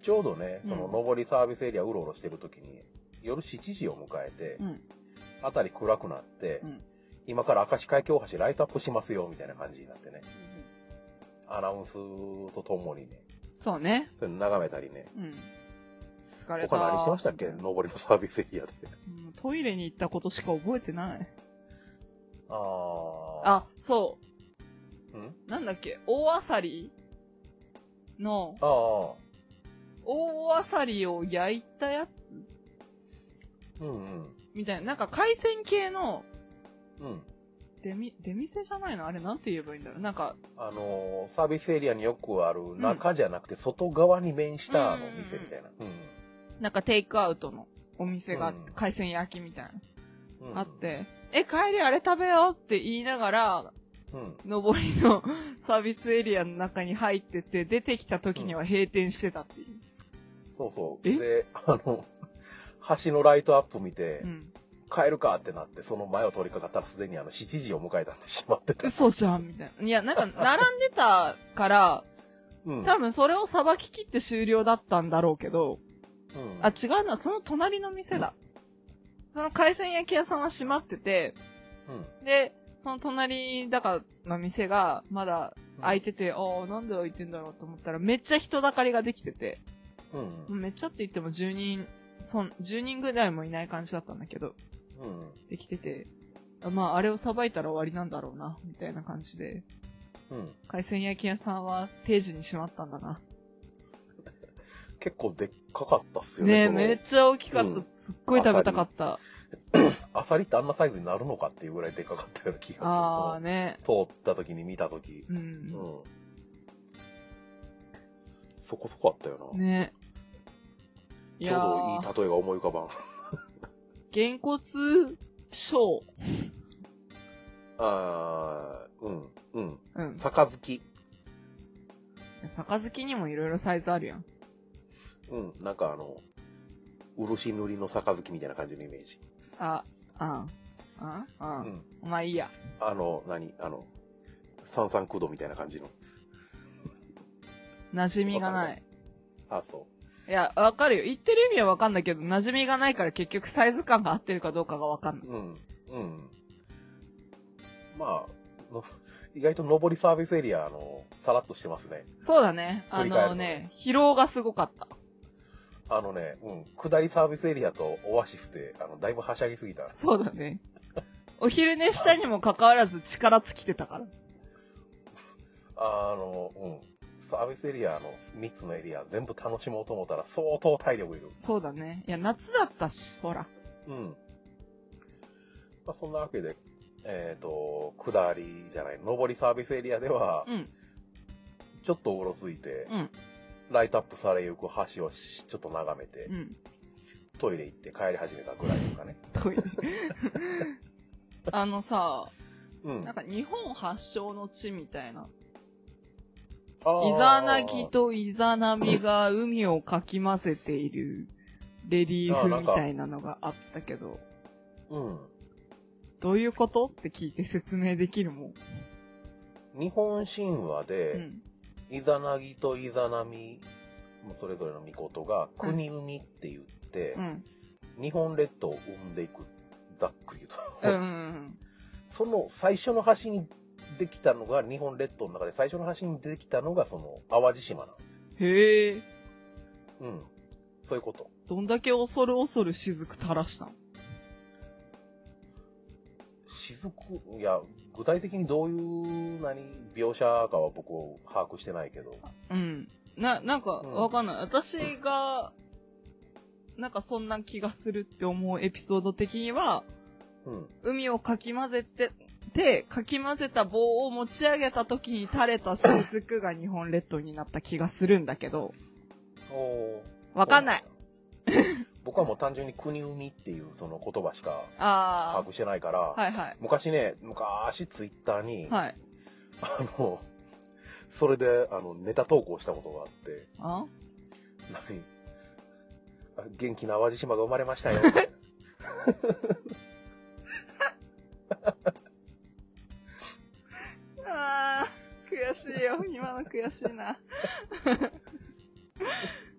Speaker 1: ちょうどね、
Speaker 2: うん
Speaker 1: その上りサービスエリアうろうろしてる時に、夜7時を迎えて、
Speaker 2: うん
Speaker 1: 辺り暗くなって、
Speaker 2: うん
Speaker 1: 今から明石海峡大橋ライトアップしますよ、みたいな感じになってね、アナウンスとともにね、
Speaker 2: そうね。
Speaker 1: それ眺めたりね、
Speaker 2: うん。疲れた。
Speaker 1: 他何してましたっけ上りのサービスエリアで。
Speaker 2: うんトイレに行ったことしか覚えてない。
Speaker 1: あー。
Speaker 2: あ、そ
Speaker 1: うん
Speaker 2: う。なんだっけ、大アサリの、
Speaker 1: あー。
Speaker 2: 大アサリを焼いたやつ
Speaker 1: うんうん。
Speaker 2: みたいな。なんか海鮮系の、
Speaker 1: うん。
Speaker 2: 出み、出店じゃないのあれなんて言えばいいんだろう。なんか、
Speaker 1: あのーサービスエリアによくある中じゃなくて外側に面したあの店みたいな。うん
Speaker 2: なんかテイクアウトのお店があって
Speaker 1: うん
Speaker 2: 海鮮焼きみたいな、
Speaker 1: うんうん
Speaker 2: あっ。て、え、帰りあれ食べようって言いながら、
Speaker 1: うん。
Speaker 2: 上りの サービスエリアの中に入ってて、出てきた時には閉店してたっていう。
Speaker 1: そうそう。
Speaker 2: え
Speaker 1: で、あの、橋のライトアップ見て、
Speaker 2: うん。
Speaker 1: 帰るかってなって、その前を通りかかったらすでにあの7時を迎えたんでしまってた。
Speaker 2: 嘘じゃんみたいな。いや、なんか、並んでたから、
Speaker 1: うん。
Speaker 2: 多分それをさばききって終了だったんだろうけど、
Speaker 1: うん
Speaker 2: あ、違うな、その隣の店だ。その海鮮焼き屋さんは閉まってて、
Speaker 1: うん。
Speaker 2: で、その隣だからの店がまだ開いてて、ああ、なんで開いてんだろうと思ったら、めっちゃ人だかりができてて、
Speaker 1: うん。
Speaker 2: めっちゃって言っても10人、そん10人ぐらいもいない感じだったんだけど、
Speaker 1: うん。
Speaker 2: できてて、あまあ、あれをさばいたら終わりなんだろうな、みたいな感じで、
Speaker 1: うん。
Speaker 2: 海鮮焼き屋さんは定時に閉まったんだな。
Speaker 1: 結構でっかかったっすよ
Speaker 2: ね
Speaker 1: ね。
Speaker 2: え、
Speaker 1: その
Speaker 2: めっちゃ大きかった。
Speaker 1: うん
Speaker 2: すっごい食べたかった。
Speaker 1: アサリってあんなサイズになるのかっていうぐらいでっかかったような気がする。
Speaker 2: ああね。
Speaker 1: その通った時に見た時。
Speaker 2: う。
Speaker 1: うんん。そこそこあったよな。
Speaker 2: ね。い
Speaker 1: ちょ
Speaker 2: や
Speaker 1: う
Speaker 2: ー、
Speaker 1: どいい例えが思い浮かばん。
Speaker 2: げんこつショ
Speaker 1: あー、うん、うん。
Speaker 2: ー。うん。
Speaker 1: 杯。
Speaker 2: 杯にもいろいろサイズあるやん。
Speaker 1: うん、なんかあの、漆塗りの杯みたいな感じのイメージ。
Speaker 2: あ、あん。あんあ。
Speaker 1: うんん。
Speaker 2: まあいいや。
Speaker 1: あの、何あの、三三九度みたいな感じの。
Speaker 2: 馴染みがない。
Speaker 1: あ、そう。
Speaker 2: いや、わかるよ。言ってる意味はわかんないけど、馴染みがないから結局サイズ感が合ってるかどうかがわかんない。
Speaker 1: うん。うん。まあ、の 意外と上りサービスエリア、あの、さらっとしてますね。
Speaker 2: そうだね。あ
Speaker 1: 振り返る
Speaker 2: の
Speaker 1: と
Speaker 2: ね
Speaker 1: ね、
Speaker 2: 疲労がすごかった。
Speaker 1: あのね、うん。下りサービスエリアとオアシスで、あの、だいぶはしゃぎすぎた。
Speaker 2: そうだね。お昼寝したにもかかわらず力尽きてたから。
Speaker 1: あの、うん。サービスエリアの3つのエリア全部楽しもうと思ったら相当体力いる。
Speaker 2: そうだね。いや、夏だったし、ほら。
Speaker 1: うん。まあ、そんなわけで、えっ、と、下りじゃない、上りサービスエリアでは
Speaker 2: う、ん。
Speaker 1: ちょっとうろついて、
Speaker 2: うん。
Speaker 1: ライトアップされゆく橋をしちょっと眺めて、
Speaker 2: うん。
Speaker 1: トイレ行って帰り始めたぐらいですかね。
Speaker 2: トイレ。 あのさ、
Speaker 1: うん。
Speaker 2: なんか日本発祥の地みたいな。
Speaker 1: あー
Speaker 2: イザナギとイザナミが海をかき混ぜているレリーフみたいなのがあったけど、
Speaker 1: うん。
Speaker 2: どういうことって聞いて説明できるもん。
Speaker 1: 日本神話
Speaker 2: う
Speaker 1: で、
Speaker 2: ん。
Speaker 1: イザナギとイザナミ、それぞれの御事が、国海って言って
Speaker 2: う、ん。
Speaker 1: 日本列島を生んでいく。ざっくり
Speaker 2: う
Speaker 1: 言うと。
Speaker 2: ん。
Speaker 1: その最初の橋にできたのが、日本列島の中で最初の橋にできたのが、その、淡路島なんですよ。
Speaker 2: へえ。
Speaker 1: うん。そういうこと。
Speaker 2: どんだけ恐る恐る雫垂らしたの
Speaker 1: 雫、いや、具体的にどういう、何、描写かは僕は把握してないけど。
Speaker 2: うん。な、なんか、
Speaker 1: うん
Speaker 2: わかんない。私が、なんかそんな気がするって思うエピソード的には、
Speaker 1: うん。
Speaker 2: 海をかき混ぜて、で、かき混ぜた棒を持ち上げた時に垂れた雫が日本列島になった気がするんだけど、
Speaker 1: おー
Speaker 2: わかんない。。
Speaker 1: 僕はもう単純に国海っていうその言葉しか把
Speaker 2: あ
Speaker 1: 握してないから、
Speaker 2: あ。はいはい。
Speaker 1: 昔ね、昔ツイッターに、
Speaker 2: はい。
Speaker 1: あの、それであのネタ投稿したことがあって、
Speaker 2: あ
Speaker 1: 何あ元気な淡路島が生まれました よ。
Speaker 2: あー悔しいよ。今の悔しいな。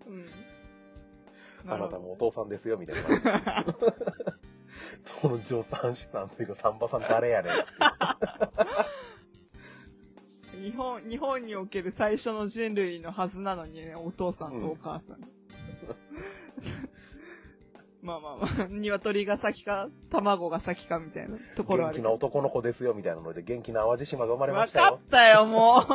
Speaker 2: うん。
Speaker 1: あなたもお父さんですよ、みたいな感 じ。その助産師さんというか、サンバさん誰やねん。
Speaker 2: 日本、日本における最初の人類のはずなのにね、お父さんとお母さん。 まあまあまあ、鶏が先か、卵が先かみたいな ところあ
Speaker 1: 元
Speaker 2: る
Speaker 1: 気
Speaker 2: け
Speaker 1: な
Speaker 2: ど。
Speaker 1: 男の子ですよ、みたいなので、元気な淡路島が生まれま
Speaker 2: わ
Speaker 1: した
Speaker 2: か
Speaker 1: よ。
Speaker 2: ったよ、もう。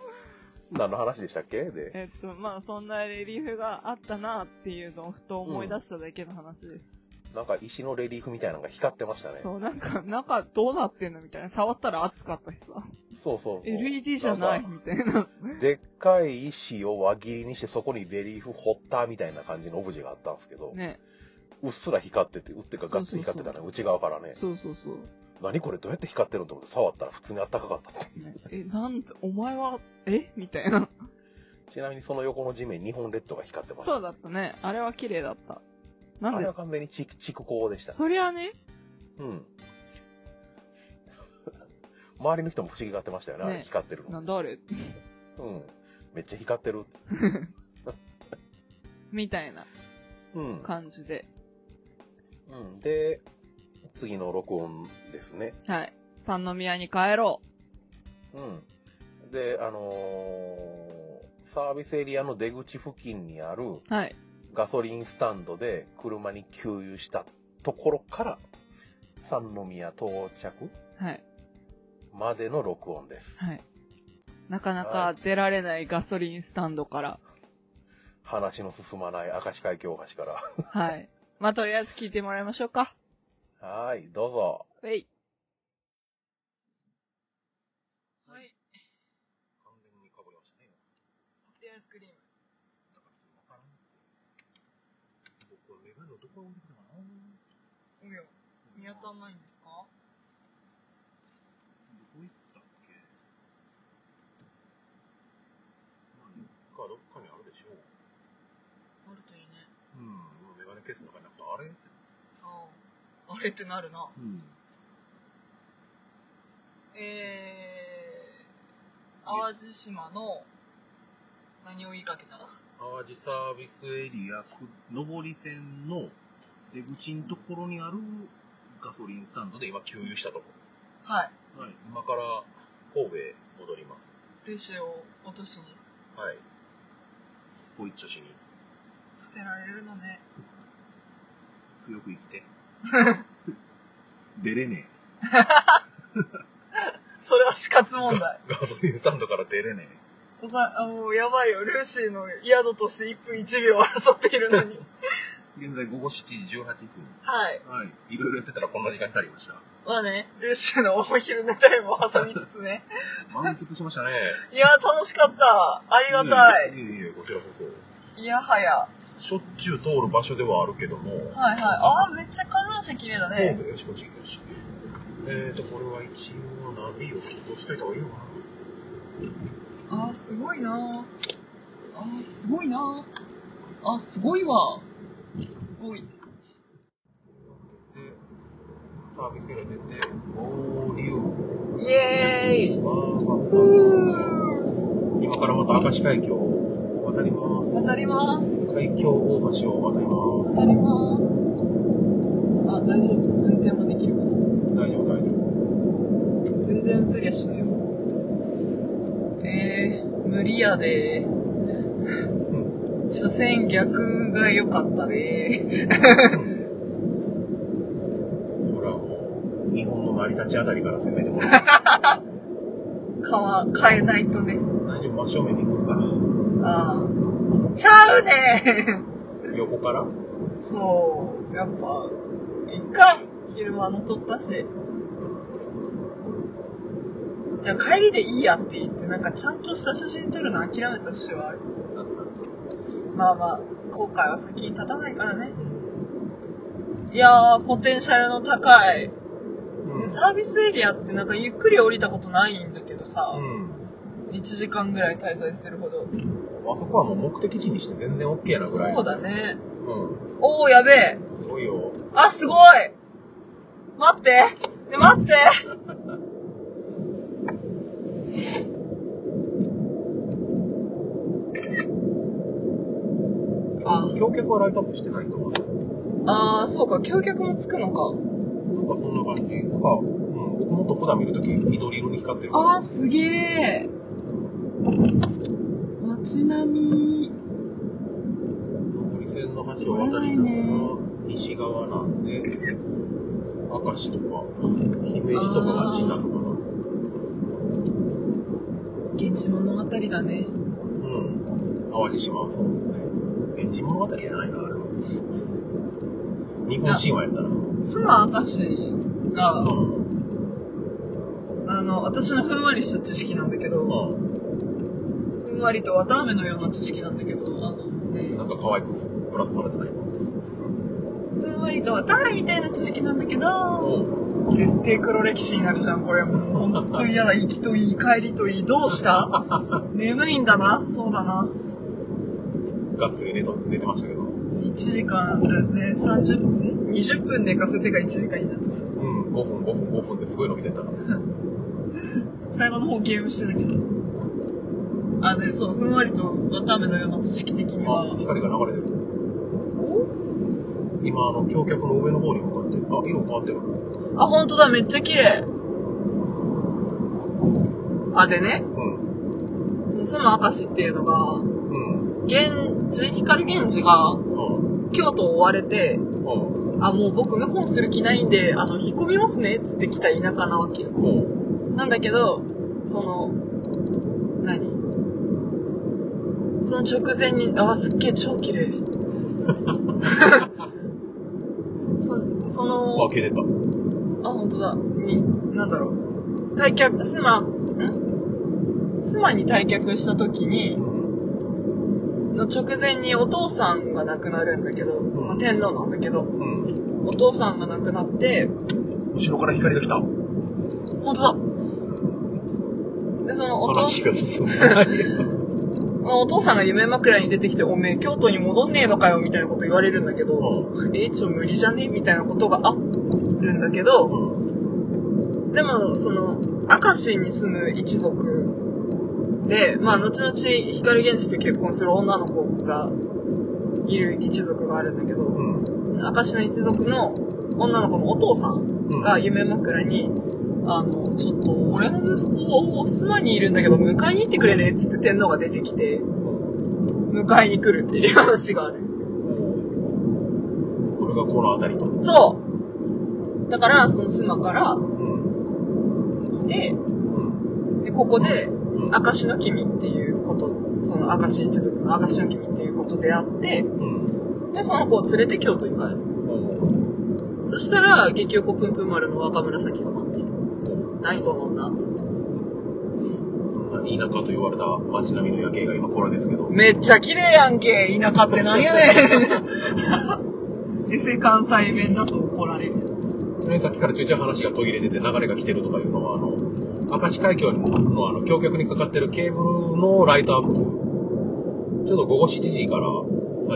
Speaker 1: 何の話でしたっけで、
Speaker 2: えっと、まあそんなレリーフがあったなっていうのをふと思い出しただけの話です。
Speaker 1: なんか石のレリーフみたいなのが光ってましたね。
Speaker 2: そう、なんか、中どうなってんのみたいな。触ったら熱かったしさ。
Speaker 1: そうそう
Speaker 2: LED じゃない
Speaker 1: んか
Speaker 2: みたいな。
Speaker 1: でっかい石を輪切りにしてそこにレリーフ掘ったみたいな感じのオブジェがあったんですけど、
Speaker 2: ね。
Speaker 1: うっすら光っててうってかガッツリ光ってたね内側からね
Speaker 2: そうそうそう。
Speaker 1: 何これどうやって光ってるのと思って触ったら普通にあったかかった っていう
Speaker 2: ねえ、なんだ、お前は、えみたいな。
Speaker 1: ちなみにその横の地面に日本列島が光ってました
Speaker 2: そうだったね。あれは綺麗だった。な
Speaker 1: あ
Speaker 2: ん
Speaker 1: れ
Speaker 2: で
Speaker 1: は完全にち築光でした
Speaker 2: そりゃね、
Speaker 1: うん。周りの人も不思議がってましたよね、あれ
Speaker 2: ね
Speaker 1: 光ってる
Speaker 2: な
Speaker 1: の。
Speaker 2: んだあ
Speaker 1: う
Speaker 2: れ
Speaker 1: ん。めっちゃ光ってるっつって。
Speaker 2: みたいな
Speaker 1: うん。
Speaker 2: 感じで。
Speaker 1: うん、で、次の録音ですね。
Speaker 2: はい。三宮に帰ろ
Speaker 1: うん。で、あのーサービスエリアの出口付近にある
Speaker 2: う。はい。
Speaker 1: ガソリンスタンドで車に給油したところから、三宮到着
Speaker 2: はい。
Speaker 1: までの録音です。
Speaker 2: はい。なかな
Speaker 1: は
Speaker 2: か出られないガソリンスタンドから。
Speaker 1: 話の進まない明石海峡大橋か
Speaker 2: はい。 まあ、とりあえず聞いてもらいましょうか。
Speaker 1: ら。はーい、どうぞ。
Speaker 2: えい。はい。
Speaker 4: 完全にかぶりましたね。
Speaker 2: で、アイスクリーム。
Speaker 4: だからそれ分からんって。僕はメガネのどこが置いてくるかな
Speaker 2: おや、見当たんないんですか
Speaker 4: どこ行ったっけまあ、どっかどっかにあるでしょう。
Speaker 2: あるといいね。
Speaker 4: うん、メガネ
Speaker 1: ケースの中になくて、あれ
Speaker 2: ああれってなるな。
Speaker 1: うん。
Speaker 2: えー、淡路島の、何を言いかけた
Speaker 1: 淡路サービスエリア、く上り線の出口のところにあるガソリンスタンドで今給油したとこ
Speaker 2: はい。
Speaker 1: ろ。はい。今から神戸へ戻ります。
Speaker 2: ルシェを落としに
Speaker 1: はい。ご一緒しに。
Speaker 2: 捨てられるのね。
Speaker 1: 強く生き て。出れね
Speaker 2: それは死活問 題。
Speaker 1: え。ガソリンスタンドから出れね
Speaker 2: おかあもうやばいよ。ルーシーの宿として1分1秒争っているのに。
Speaker 1: え。現在午後7時18分。
Speaker 2: はい。
Speaker 1: はい。いろいろやってたらこんな時間になりました。
Speaker 2: まあね、ルーシーのお昼寝タイムを挟みつつね。
Speaker 1: 満喫しましたね。
Speaker 2: いやー、楽しかった。ありがたい。
Speaker 1: いえいえいえ、こちらこそ。
Speaker 2: いやはや。
Speaker 1: しょっちゅう通る場所ではあるけども。
Speaker 2: はいはい。あー、めっちゃ観覧車綺麗だ
Speaker 1: そうだ
Speaker 2: ね。
Speaker 1: よしこっちこっちえーと、これは一応ナビを起動しといた方がいいのか
Speaker 2: あー、すごいなあー、すごいなあー、すごいわ。すごい。
Speaker 1: なで、サービスエリア出て、合流。
Speaker 2: イエーイ
Speaker 1: あ
Speaker 2: う
Speaker 1: ー
Speaker 2: ー
Speaker 1: 今からまた明石海峡を渡ります。
Speaker 2: 渡ります。
Speaker 1: 海峡大橋を渡りま
Speaker 2: 渡ります。あ、大丈夫。運転もできるかな。
Speaker 1: す。大丈夫、大丈夫。
Speaker 2: 全然ずりゃしないよ。えー、無理やで。車線逆が良かったで。
Speaker 1: そらもう、日本の成り立ちあたりから攻めてもらって。
Speaker 2: 川、変えないとね。
Speaker 1: 大丈夫、真正面に来るから。
Speaker 2: ああ。ちゃうね
Speaker 1: 横から
Speaker 2: そう。やっぱ、いっか。昼間の撮ったし。いや、帰りでいいやって言って、なんかちゃんとした写真撮るの諦めた節はある。まあまあ、後悔は先に立たないからね。いやー、ポテンシャルの高い。
Speaker 1: う
Speaker 2: で
Speaker 1: ん。
Speaker 2: サービスエリアってなんかゆっくり降りたことないんだけどさ、
Speaker 1: うん。
Speaker 2: 1時間ぐらい滞在するほど。
Speaker 1: あそこはもう目的地にして全然 OK なぐらい。
Speaker 2: そうだね。
Speaker 1: う
Speaker 2: おー、やべえ。
Speaker 1: ん。すごいよ。
Speaker 2: あ、すごい待ってね、待ってあ、
Speaker 1: 橋脚はライトアップしてないと思う。
Speaker 2: あー、そうか、橋脚もつくのか。
Speaker 1: なんかそんな感じ。なんか、うん、僕もトップダウン見るとき緑色に光ってるから。
Speaker 2: あー、すげえ。街並み。
Speaker 1: 上り線の橋を渡りながら、西側なんで、明石とか、姫路とかが地なのかな。
Speaker 2: 現地物語だね。
Speaker 1: うん。淡路島はそうですね。源氏物語じゃないな、あれは。日本神話やったら。う
Speaker 2: 妻明石が、
Speaker 1: ん。
Speaker 2: あの、私のふんわりした知識なんだけど、
Speaker 1: う
Speaker 2: ふんわりと綿あめのような知識なんだけど、あの、ね
Speaker 1: ん。なんか可愛くプラスされてない今。
Speaker 2: ふんわりと綿あめみたいな知識なんだけど、
Speaker 1: うん。
Speaker 2: 絶対黒歴史になるじゃん、これもう。ほんと嫌だ、行きといい、帰りといい、どうした 眠いんだな、そうだな。
Speaker 1: がっつり寝と寝てましたけど。う
Speaker 2: 1時間ね、30分、20分寝かせてが1時間になった。
Speaker 1: ん、5分、5分、5分ってすごい伸びてたな。
Speaker 2: 最後の方ゲームしてたけど。あ、ね、そう、ふんわりと綿あめのような知識的に
Speaker 1: あ
Speaker 2: は、、
Speaker 1: 光が流れてる。今、あの、橋脚の上の方に向かって、あ、色変わってる。
Speaker 2: あ、本当だ、めっちゃ綺麗。あ、でね、
Speaker 1: うん、
Speaker 2: その妻明石っていうのが、
Speaker 1: うん、
Speaker 2: 源氏、光源氏が
Speaker 1: うん、
Speaker 2: 京都を追われて、
Speaker 1: うん、
Speaker 2: あ、もう僕謀反する気ないんで、あの、引っ込みますね、つって来た田舎なわけよ。
Speaker 1: うん、
Speaker 2: なんだけど、その、何その直前に、あ、すっげえ超綺麗。そその、
Speaker 1: あ、消えてた。
Speaker 2: あ、本当だ。に、なんだろう。退却、妻、ん妻に退却した時に、
Speaker 1: うん、
Speaker 2: の直前にお父さんが亡くなるんだけど、まあ、天皇なんだけど、
Speaker 1: うん。
Speaker 2: お父さんが亡くなって、
Speaker 1: 後ろから光が来た。
Speaker 2: 本当だ。で、そのお父
Speaker 1: 話が進む。
Speaker 2: まあ、お父さんが夢枕に出てきて、おめえ、京都に戻んねえのかよ、みたいなこと言われるんだけど、え、ちょ、無理じゃねみたいなことがあるんだけど、でも、その、明石に住む一族で、まあ、後々、光源氏と結婚する女の子がいる一族があるんだけど、その明石の一族の女の子のお父さんが夢枕に、あの、ちょっと俺の息子を妻にいるんだけど迎えに行ってくれねっつって天皇が出てきて、迎えに来るっていう話がある。
Speaker 1: これがこの辺りと。
Speaker 2: そう。だから、その妻から
Speaker 1: うん。
Speaker 2: 来
Speaker 1: う
Speaker 2: て、
Speaker 1: ん。
Speaker 2: で、ここで、
Speaker 1: うん。
Speaker 2: 明石の君っていうこと、その明石一族の明石の君っていうことであって、
Speaker 1: うん。
Speaker 2: で、その子を連れて京都に帰る。そしたら、激横ぷんぷん丸の若紫が待っている。何その女。
Speaker 1: そんな田舎と言われた街並みの夜景が今これですけど。
Speaker 2: めっちゃ綺麗やんけ田舎ってなんやねん エセ関西弁だと怒られる
Speaker 1: とりあえずさっきからちょいちょい話が途切れてて流れが来てるとかいうのは、あの、明石海峡のあの橋脚にかかってるケーブルのライトアップ。ちょうど午後7時から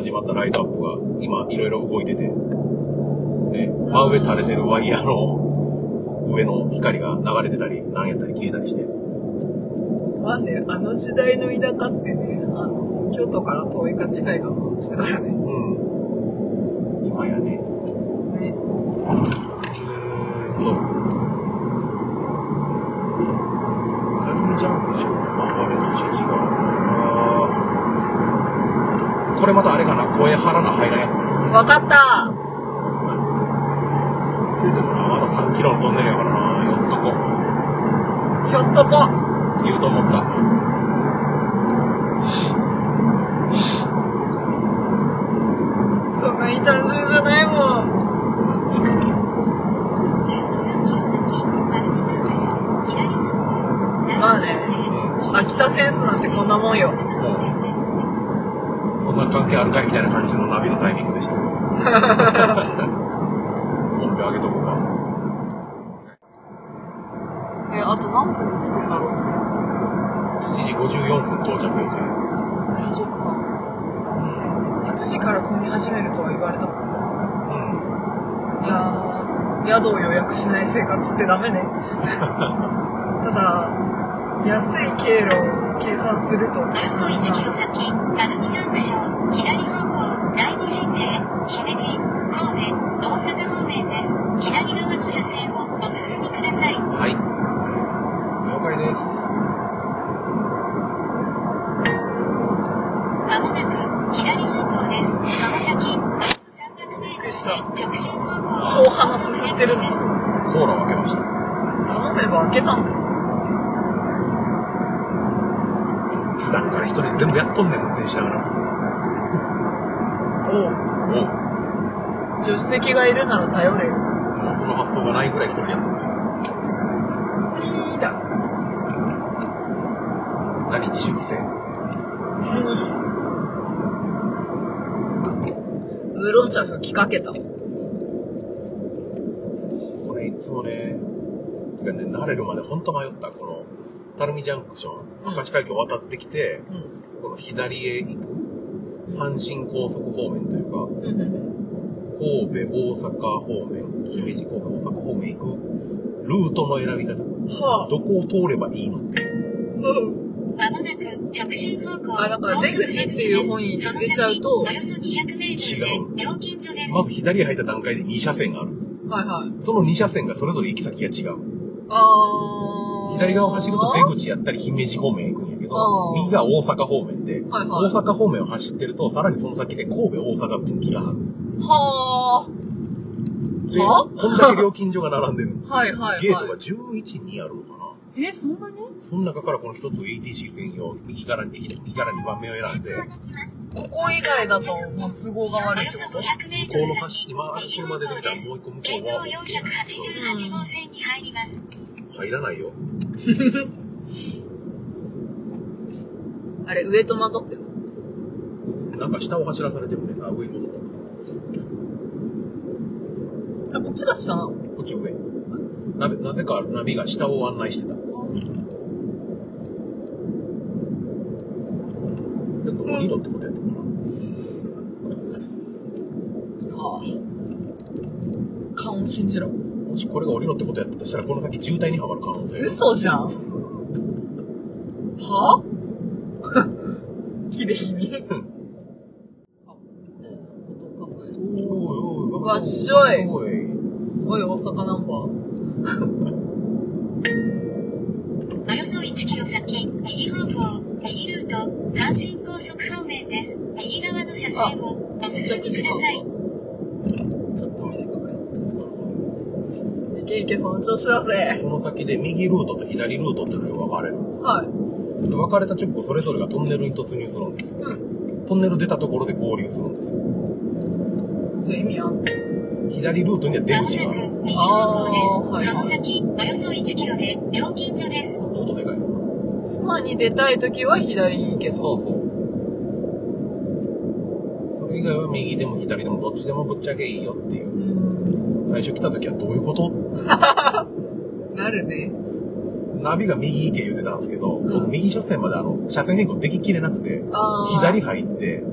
Speaker 1: 始まったライトアップが今いろいろ動いてて、ね、真上垂れてるワイヤーの上の光が流れてたり、なんやったり消えたりして。
Speaker 2: まあねあの時代の田舎ってねあの京都から遠いか近いかの話だから
Speaker 1: う
Speaker 2: ね
Speaker 1: ん。今やね。
Speaker 2: ね
Speaker 1: と、ライブジャンプしよう流れの指示が。あーこれまたあれかな、声張らな入らんやつかな。
Speaker 2: わかった
Speaker 1: って言ってもな、まだ3キロのトンネルやからな、よっとこ
Speaker 2: ひょっとこ
Speaker 1: う、言うと思った。
Speaker 2: そんなに単純じゃないもんまあね秋田センスなんてこんなもんよ
Speaker 1: そんな関係あるかいみたいな感じのナビのタイミングでした。音量上げとこうか。
Speaker 2: えあと何分で着くんだろう
Speaker 1: 7時54分到着予定。
Speaker 2: 大丈夫か
Speaker 1: うん。
Speaker 2: 8時から混み始めるとは言われたもん
Speaker 1: うん。
Speaker 2: いやー宿を予約しない生活ってダ メねただ安い経路を計算すると
Speaker 5: およそ1キロ先、垂水ジャンクション、左方向、第二神明、姫路、神戸、大阪方面です。左側の車線をお進みください。
Speaker 1: はい。了解です。
Speaker 5: まもなく、左方向です。その先、およそ300メートルで直進方向。
Speaker 2: 超鼻すすってるの
Speaker 5: です。
Speaker 1: コーラを開けました。
Speaker 2: 頼めば開けたの
Speaker 1: 普段から一人で全部やっとんねん、運転しながら。
Speaker 2: おう
Speaker 1: おう。
Speaker 2: 助手席がいるなら頼れよ
Speaker 1: もうその発想がないぐらい一人でやっとんねん。
Speaker 2: ピーだ
Speaker 1: 何自主規制
Speaker 2: ウーロン茶吹きかけた
Speaker 1: これいつもね、てかね、慣れるまで本当迷った。この、垂水ジャンクション、明石海峡渡ってきて、
Speaker 2: うん
Speaker 1: この左へ行く、阪神高速方面というか、
Speaker 2: うん
Speaker 1: 神戸、大阪方面、姫路、神戸、大阪方面行く、ルートの選び方。
Speaker 2: はあ
Speaker 1: どこを通ればいいのって。
Speaker 2: うん
Speaker 5: まもなく直進方向。
Speaker 2: あだから出口っていう方に出ちゃうと
Speaker 5: その先およそ200メートルで料金所です。
Speaker 1: まず左へ入った段階で2車線がある。
Speaker 2: はいはい
Speaker 1: その2車線がそれぞれ行き先が違う。
Speaker 2: あー
Speaker 1: 左側を走ると出口やったり姫路方面行くんやけど
Speaker 2: あ、ー
Speaker 1: 右が大阪方面で、
Speaker 2: はいは
Speaker 1: 大
Speaker 2: い
Speaker 1: 阪方面を走ってると、さらにその先で神戸、大阪分岐がある。
Speaker 2: は
Speaker 1: で、
Speaker 2: は
Speaker 1: こんだけ料金所が並んでる。
Speaker 2: あはい はいはい
Speaker 1: ゲートが11、2あるのかな。
Speaker 2: えそんなに
Speaker 1: その中からこの一つ ATC 専用、右から右から2番目を選んで、
Speaker 2: ここ以外だともう都合が
Speaker 5: お
Speaker 2: 悪い
Speaker 5: よ
Speaker 2: って
Speaker 5: そ
Speaker 2: こ
Speaker 5: 500メート
Speaker 1: こ
Speaker 5: ル
Speaker 1: の端、
Speaker 5: 先、
Speaker 1: 今、
Speaker 5: 右
Speaker 1: 車
Speaker 5: 方
Speaker 1: で出て
Speaker 5: 向
Speaker 1: た
Speaker 5: で
Speaker 1: ら
Speaker 5: す
Speaker 1: もう。一個向こ
Speaker 5: 県
Speaker 1: う
Speaker 5: 道
Speaker 1: は、
Speaker 5: 488号線に入ります。
Speaker 1: 入らないよ。
Speaker 2: とあれ上と混ざってる
Speaker 1: なんか下を走らされてるね。あ、上に戻った。
Speaker 2: あこっちが下なの
Speaker 1: こっち上。なべなぜかナビが下を案内してた。降りろってことやったか
Speaker 2: さあ勘を信じろ
Speaker 1: なもしこれが降りろってことやったとしたらこの先渋滞にはまる可能性
Speaker 2: 嘘じゃんはあ キレイに
Speaker 1: お
Speaker 2: わっしょい
Speaker 1: おい
Speaker 2: おい大阪ナンバー
Speaker 5: およそ1キロ先、右方向、右ルート、阪神高速方面です。右側の車線をお進みください。
Speaker 2: ちょっと短くなってきたいけいけその調子だぜ
Speaker 1: この先で右ルートと左ルートっていうのが分かれる
Speaker 2: はい
Speaker 1: で分かれた直後それぞれがトンネルに突入するんですよ、
Speaker 2: う
Speaker 1: トンネル出たところで合流するんですよ
Speaker 2: そういう意味あんの
Speaker 1: 左ルートには出
Speaker 5: まも
Speaker 1: 口が
Speaker 5: な
Speaker 1: ある
Speaker 5: く右方向
Speaker 2: あーは
Speaker 5: で
Speaker 2: い
Speaker 5: す。その先、およそ1キロで料金所です。
Speaker 1: どうぞでかい
Speaker 2: 妻に出たい時は左に行けと
Speaker 1: そうそうそれ以外は右でも左でもどっちでもぶっちゃけいいよっていう
Speaker 2: うん
Speaker 1: 最初来た時はどういうこと
Speaker 2: なるね
Speaker 1: ナビが右行け言うてたんですけど、
Speaker 2: ん
Speaker 1: 僕右車線まであの車線変更でききれなくて
Speaker 2: あー
Speaker 1: 左入って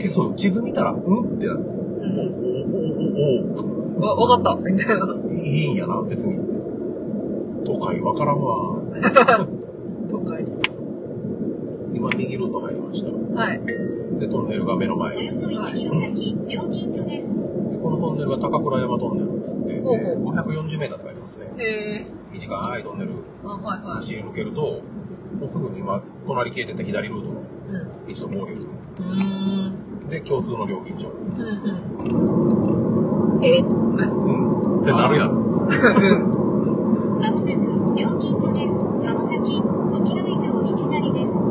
Speaker 1: けど地図見たらうんってなって
Speaker 2: うん
Speaker 1: おおおおお
Speaker 2: わ、わかったみたいな。
Speaker 1: いいんやな別に都会わからんわ
Speaker 2: 都会。
Speaker 1: 今右ルート入りました
Speaker 2: はい。
Speaker 1: でトンネルが目の前
Speaker 5: お
Speaker 1: に
Speaker 5: よそ1キロ先、料金所です。
Speaker 1: でこのトンネルが高倉山トンネルっつってで
Speaker 2: ほうほ
Speaker 1: 540m
Speaker 2: う
Speaker 1: って書いてますね
Speaker 2: へえ。
Speaker 1: 短いトンネル
Speaker 2: あ、はいは
Speaker 1: 走り抜けるともうすぐに今隣消えてた左ルートの
Speaker 2: い。うん。
Speaker 1: 一と合流する
Speaker 2: うーん。
Speaker 1: で共通の料金所
Speaker 2: うんうん。え
Speaker 1: うんってなるやん
Speaker 5: まもなく料金所です。その先、5キロ以上道なりです。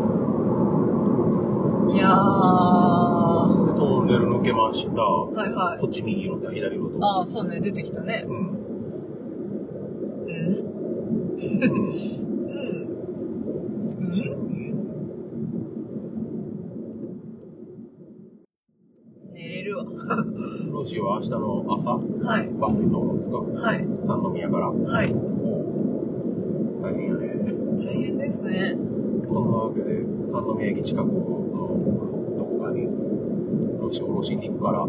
Speaker 2: いやー。は
Speaker 1: でトンネル抜けました
Speaker 2: いはい。
Speaker 1: そっち右ルート左ルート
Speaker 2: ああ、そうね。出てきたね。
Speaker 1: うん
Speaker 2: うん。
Speaker 1: うん
Speaker 2: うん。寝れるわ。
Speaker 1: ロジは明日の朝
Speaker 2: はい。
Speaker 1: バスに乗るんですか
Speaker 2: はい。
Speaker 1: 三宮から
Speaker 2: はい。
Speaker 1: 大変やね
Speaker 2: 大変ですね。
Speaker 1: そんなわけで三宮駅近くのどこかにロジを降ろしに行くから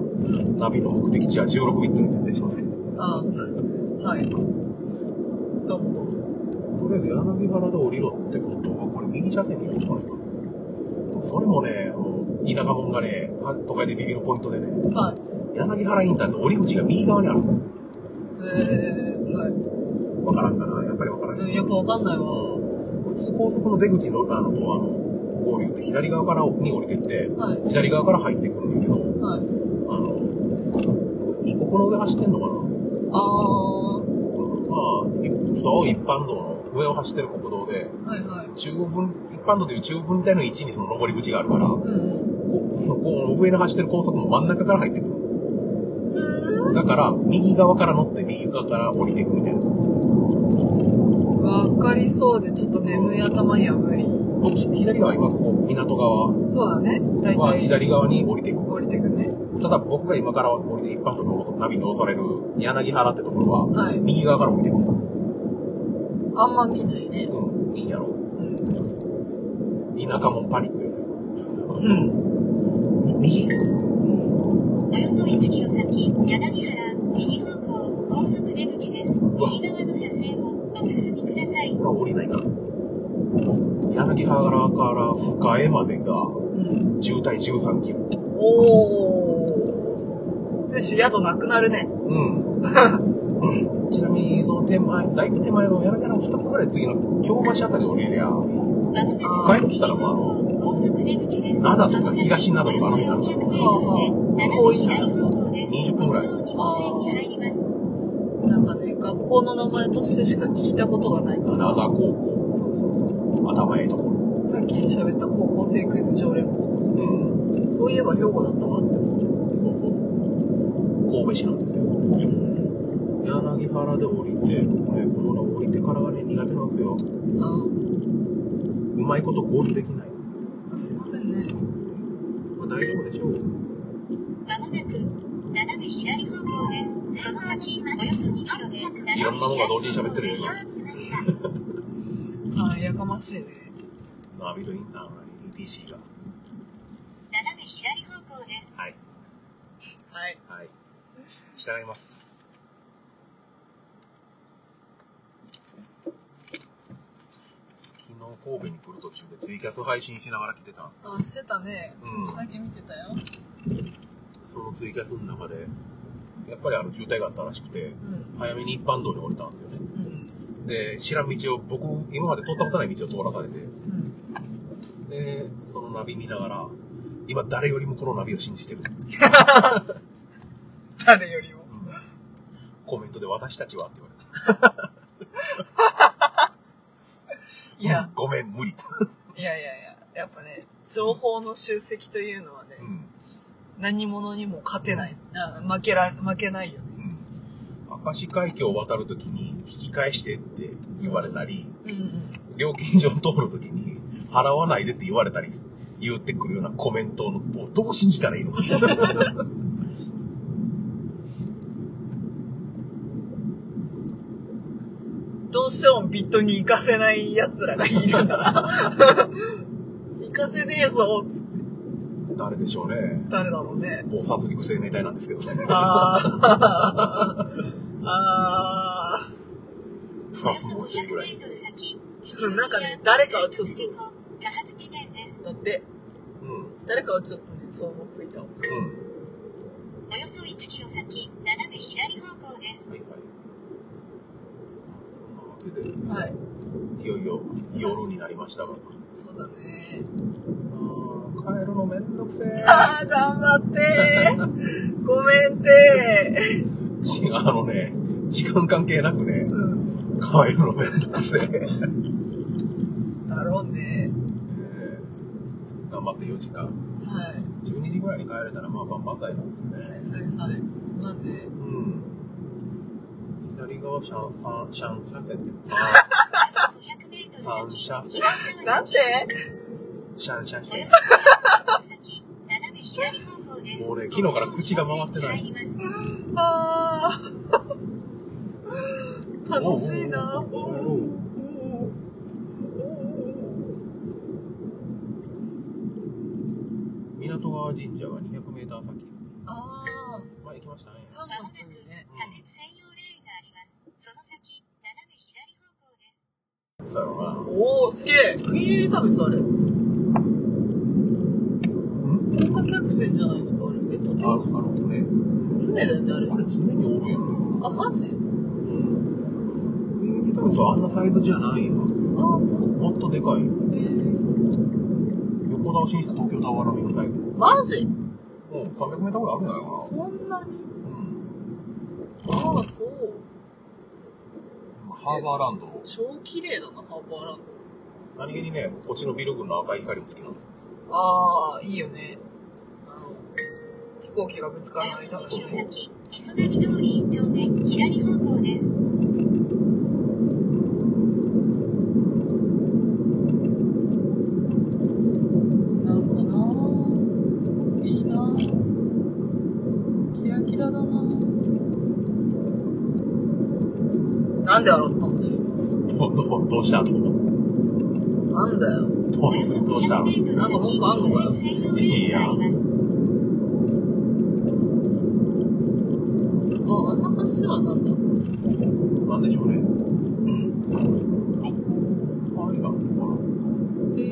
Speaker 1: ナビの目的地は16ビットに設定しますけど
Speaker 2: あーはい。どうもどうも。
Speaker 1: とりあえず柳原で降りろってことは、これ右車線に行くのかな。それもね、もう田舎者がね、は都会でビビるポイントでね、
Speaker 2: はい。
Speaker 1: 柳原インターの降り口が右側にあるの。
Speaker 2: えー、はい。
Speaker 1: わからんかな、やっぱりわからん。
Speaker 2: うん、やっぱわかんないわ。
Speaker 1: 普通高速の出口のあのとあの合流って左側からに降りてって、
Speaker 2: はい。
Speaker 1: 左側から入ってくるんだけど、
Speaker 2: はい。
Speaker 1: あの、異国の上走ってんのかな
Speaker 2: ああ。
Speaker 1: まあ、いちょっと一般道の上を走ってる国道で、
Speaker 2: はいはい。
Speaker 1: 中央分、一般道でいう中央分隊の位置にその上り口があるから、
Speaker 2: うん。
Speaker 1: ここう上の走ってる高速も真ん中から入ってくる。だから、右側から乗って、右側から降りていくみたいな。こ
Speaker 2: わかりそうで、ちょっと眠い頭には無理。
Speaker 1: っち、左側、今ここ、港側
Speaker 2: そうだね。大
Speaker 1: は
Speaker 2: 体、
Speaker 1: 左側に降りていく。
Speaker 2: 降りてくね。
Speaker 1: ただ、僕が今から降りて一般道のナビに押される柳原ってところは、
Speaker 2: はい。
Speaker 1: 右側から降りてくる。
Speaker 2: あんま見ないね。
Speaker 1: うん、いいやろ。
Speaker 2: うん。
Speaker 1: 田舎もパニックや
Speaker 2: う
Speaker 1: ね。
Speaker 2: ん。
Speaker 1: み右
Speaker 5: およそ1キロ先、柳原、右方向、高速出口です。右側の車線をお進みください。
Speaker 1: ほら、降りないから。柳原から深江までが、
Speaker 2: うん。
Speaker 1: 渋滞13キロ。
Speaker 2: おー。よし、宿なくなるね。
Speaker 1: うん。ちなみに、その手前、だいぶ手前の柳原の2つぐらい次の京橋あたりで降りりゃ、
Speaker 5: まもな
Speaker 2: あー
Speaker 5: く右方向、高速出口です。
Speaker 1: 灘とか
Speaker 5: その先
Speaker 1: 東灘とかあの辺なの
Speaker 5: およそ400
Speaker 2: あ
Speaker 5: メー
Speaker 2: ー
Speaker 5: トルで、斜め左方向です。
Speaker 1: 20分ぐらい
Speaker 5: 国道二号線に入ります。
Speaker 2: なんかね、学校の名前としてしか聞いたことがないから
Speaker 1: 灘
Speaker 2: さ。
Speaker 1: 高校、
Speaker 2: そうそうそう。
Speaker 1: 頭ええところ。
Speaker 2: さっき喋った高校生クイズ常連校ですよ
Speaker 1: う
Speaker 2: ね。
Speaker 1: ん。
Speaker 2: そうそういえば兵庫だったわって思って。
Speaker 1: そうそう。神戸市なんですよ。
Speaker 2: うん。
Speaker 1: 柳原で降りて、僕ね、このね、降りてからがね、苦手なんですよ。
Speaker 2: あ
Speaker 1: うまいこと合流できない。
Speaker 2: ーすいませんね。
Speaker 1: まあ、大丈夫でしょう。
Speaker 5: まもなく、斜め左方向です。その先、およそ2キロで、斜め
Speaker 1: いろんなものが同時に喋ってるよ、
Speaker 5: 左方向です
Speaker 2: さあ、やかましいね。
Speaker 1: 今。ナビとインターナリ ETC が。
Speaker 5: です。
Speaker 3: はい。
Speaker 2: はい。
Speaker 3: はい。従います。
Speaker 1: 昨日神戸に来る途中でツイキャス配信しながら来てたんです
Speaker 2: あ、してたね。
Speaker 1: うん
Speaker 2: 最近見てたよ。
Speaker 1: そのツイキャスの中で、やっぱりあの渋滞があったらしくて、
Speaker 2: うん。
Speaker 1: 早めに一般道に降りたんですよね。
Speaker 2: うん。
Speaker 1: で、知らん道を、僕、今まで通ったことない道を通らされて、
Speaker 2: うん。
Speaker 1: で、そのナビ見ながら、今誰よりもこのナビを信じてる。
Speaker 2: 誰よりも。
Speaker 1: コメントで私たちはって言われて。
Speaker 2: いや。
Speaker 1: うんごめん、無理。
Speaker 2: いやいやいや、やっぱね、情報の集積というのはね、
Speaker 1: うん。
Speaker 2: 何者にも勝てない。あ負けら、負けないよね。
Speaker 1: うん。明石海峡を渡るときに、引き返してって言われたり、
Speaker 2: うんうん。
Speaker 1: 料金所を通るときに、払わないでって言われたりす、言ってくるようなコメントのをどう信じたらいいの か。
Speaker 2: どうしてもビットに行かせない奴らがい るから。行かせねえぞ、つって
Speaker 1: 誰でしょうね。
Speaker 2: 誰だろうね。
Speaker 1: もう殺戮生命体なんですけどね。
Speaker 2: あ ー。あ
Speaker 1: プ
Speaker 5: お
Speaker 1: ラ
Speaker 5: よ
Speaker 1: ス
Speaker 5: そ
Speaker 1: も50
Speaker 5: 500
Speaker 1: ぐら
Speaker 5: メ
Speaker 1: い
Speaker 5: ー。トル先、
Speaker 2: ー。ちょっとなんかね、誰かをちょっ
Speaker 5: 水口多発地点です。
Speaker 2: と、だって、
Speaker 1: うん。うん。
Speaker 2: 誰かをちょっとね、想像ついたわ。
Speaker 5: およそ1キロ先、斜め左方向です。
Speaker 1: はいはい。そんなわ
Speaker 2: はい。
Speaker 1: けで、いよいよ夜になりましたが。
Speaker 2: そうだね。
Speaker 1: あー帰るのめんどくせえ。
Speaker 2: あー、頑張って ー。ごめんて
Speaker 1: 違う あのね、時間関係なくね
Speaker 2: ー。、うん。
Speaker 1: 帰るのめんどくせえ。ね
Speaker 2: だろうね。
Speaker 1: え頑張って4時間。
Speaker 2: はい。
Speaker 1: 12時ぐらいに帰れたらまあ万々歳なんです
Speaker 2: は
Speaker 1: よ
Speaker 2: い
Speaker 1: ね。
Speaker 2: はいはい。まあね
Speaker 1: う。ん。左側シャンサン、シャンサン だっけ
Speaker 5: およそ500メートル先、東
Speaker 2: な
Speaker 5: 川
Speaker 2: んて
Speaker 5: 崎。
Speaker 1: シャンシ ャンシ
Speaker 5: お
Speaker 1: ャ
Speaker 5: よ
Speaker 1: ン
Speaker 5: そ。500メートル先、斜め左方向です。
Speaker 1: もうね昨日から口が回ってない
Speaker 5: 入ります。
Speaker 2: あー。楽しい
Speaker 1: お
Speaker 2: な。
Speaker 1: うおうおう港川神社が200メーター先。
Speaker 2: あー。
Speaker 1: まあ行きましたね。
Speaker 2: 3
Speaker 5: まもな
Speaker 2: 月
Speaker 5: く
Speaker 2: にね。
Speaker 5: 左折専用レーンがあります。その先、斜め左方向です。
Speaker 1: そうやろ
Speaker 2: おー、すげえ。クイーンエリザベスあれ。
Speaker 1: う
Speaker 2: 豪華客船じゃないですか、あれ。え、とて
Speaker 1: な。あ、あのね、
Speaker 2: 船だよね、あれ
Speaker 1: あ。れ常におるやん。
Speaker 2: あ、マジ
Speaker 1: うん。ミニタンスはあんなサイズじゃないよ。
Speaker 2: あー、そう。
Speaker 1: もっとでかいよ。
Speaker 2: えー、
Speaker 1: 横倒しにした東京タワーラビのサイズ。
Speaker 2: マジ
Speaker 1: もう300メーターぐらいあるんじゃないか
Speaker 2: そんなに
Speaker 1: な。うん。
Speaker 2: あー、そう。
Speaker 1: ハーバーランド。
Speaker 2: 超綺麗だな、ハーバーラン
Speaker 1: 何気にね、こっちのビル群の赤い光も好きなんですよ。
Speaker 2: ド。あー、いいよね。あの、飛行機がぶつ
Speaker 5: お
Speaker 2: から
Speaker 5: よ
Speaker 2: ない
Speaker 5: そ
Speaker 2: 楽
Speaker 5: 5
Speaker 2: し
Speaker 5: キロ
Speaker 2: み。
Speaker 5: 先、磯波通り1丁目、左方向です。
Speaker 2: なのかないいなキラキラだななんで洗ったんだよ
Speaker 1: ど、ど、どうしたどう
Speaker 2: 今なんだよ
Speaker 1: ど
Speaker 5: およそう
Speaker 1: どうした
Speaker 5: 500メートル
Speaker 2: なんか文
Speaker 5: 先、
Speaker 2: 句あんのかよ
Speaker 5: 右折専用レーンがあります。
Speaker 2: ああの橋はなんだ
Speaker 1: なんでしょうね。ロックアイランドか
Speaker 2: えー、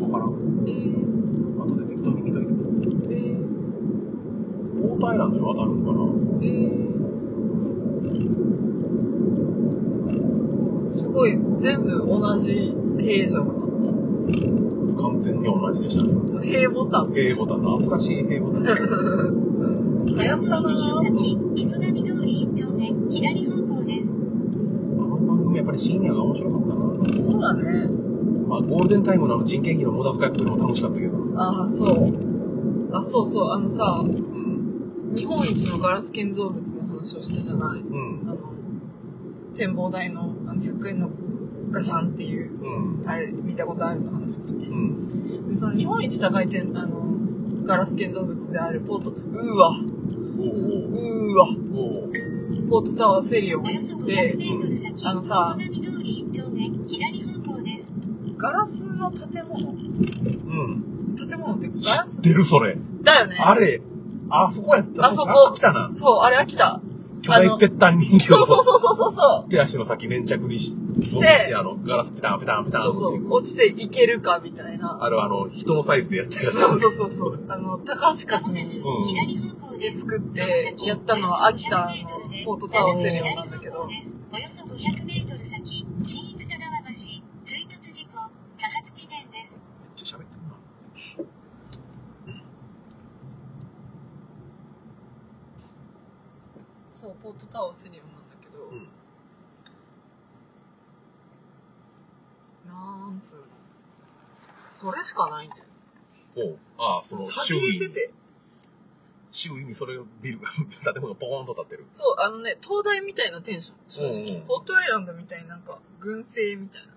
Speaker 1: なわからん。
Speaker 2: えー、
Speaker 1: 後で適当に見といてください。
Speaker 2: えー、
Speaker 1: オートアイランドに渡るんかな
Speaker 2: えーすごい全部同じ平じゃなかっ
Speaker 1: 完全に同じでしたね。
Speaker 2: た平ボタン
Speaker 1: 平ボタン、懐かしい平ボタン。
Speaker 5: およそ
Speaker 2: な
Speaker 5: 1キロ先、磯波通り1丁目、左方向で
Speaker 1: あ
Speaker 5: す。
Speaker 1: の番組やっぱり深夜が面白かったな。
Speaker 2: そうだね
Speaker 1: まあ、ゴールデンタイムのあの人件費の無駄遣いことも楽しかったけど。
Speaker 2: ああそうあそうそうあのさ
Speaker 1: うん。
Speaker 2: 日本一のガラス建造物の話をしたじゃない
Speaker 1: うん。
Speaker 2: あの展望台のあの100円のガシャンっていう
Speaker 1: うん。
Speaker 2: あれ見たことあるの話の時
Speaker 1: うん。
Speaker 2: でその日本一高いてあのガラス建造物であるポートうーわ
Speaker 1: おう
Speaker 2: うーわ
Speaker 1: おうおう
Speaker 2: ポートタワーセリオ
Speaker 5: およそ
Speaker 2: で
Speaker 5: 500メートル先、
Speaker 2: あの
Speaker 5: 磯
Speaker 2: さ
Speaker 5: 波通り1丁目、左方向です。
Speaker 2: ガラスの建物
Speaker 1: うん。
Speaker 2: 建物ってガラ
Speaker 1: 知っ
Speaker 2: ス
Speaker 1: てるそれ。
Speaker 2: だよね
Speaker 1: あれ、あそこやった。
Speaker 2: あそこ
Speaker 1: 来たな。
Speaker 2: そう、あれは来た。
Speaker 1: 巨大ぺったん人形
Speaker 2: そうそう
Speaker 1: う。
Speaker 2: そうそうそうそう。
Speaker 1: 手足の先粘着にし
Speaker 2: し
Speaker 1: 持
Speaker 2: て
Speaker 1: ってあの、ガラスペタンペタンペタン
Speaker 2: そうそう、落ちていけるかみたいな。
Speaker 1: あれはあの、人のサイズでやったやつ。
Speaker 2: そうそうそうそう。あの、高橋克実に
Speaker 1: うん
Speaker 5: 左方向
Speaker 2: で
Speaker 5: です。
Speaker 2: 作ってやったのは秋田のポートタウンセリオンなんだけど、
Speaker 5: およそ500メートル先、新生田川橋、追突事故、多発地点です。
Speaker 1: めっちゃ喋ってるな。
Speaker 2: そう、ポートタウンセリオンなんだけど、
Speaker 1: うん
Speaker 2: なんつうの。それしかないんだよ。
Speaker 1: おうああ、その、周
Speaker 2: 錆び
Speaker 1: 囲
Speaker 2: れ
Speaker 1: に
Speaker 2: て、て。
Speaker 1: 周囲にそれをビル が、建物がポコーンと立ってる。
Speaker 2: そう、あのね、東大みたいなテンション、正直。
Speaker 1: うんうん
Speaker 2: ポートアイランドみたいになんか、軍政みたいな。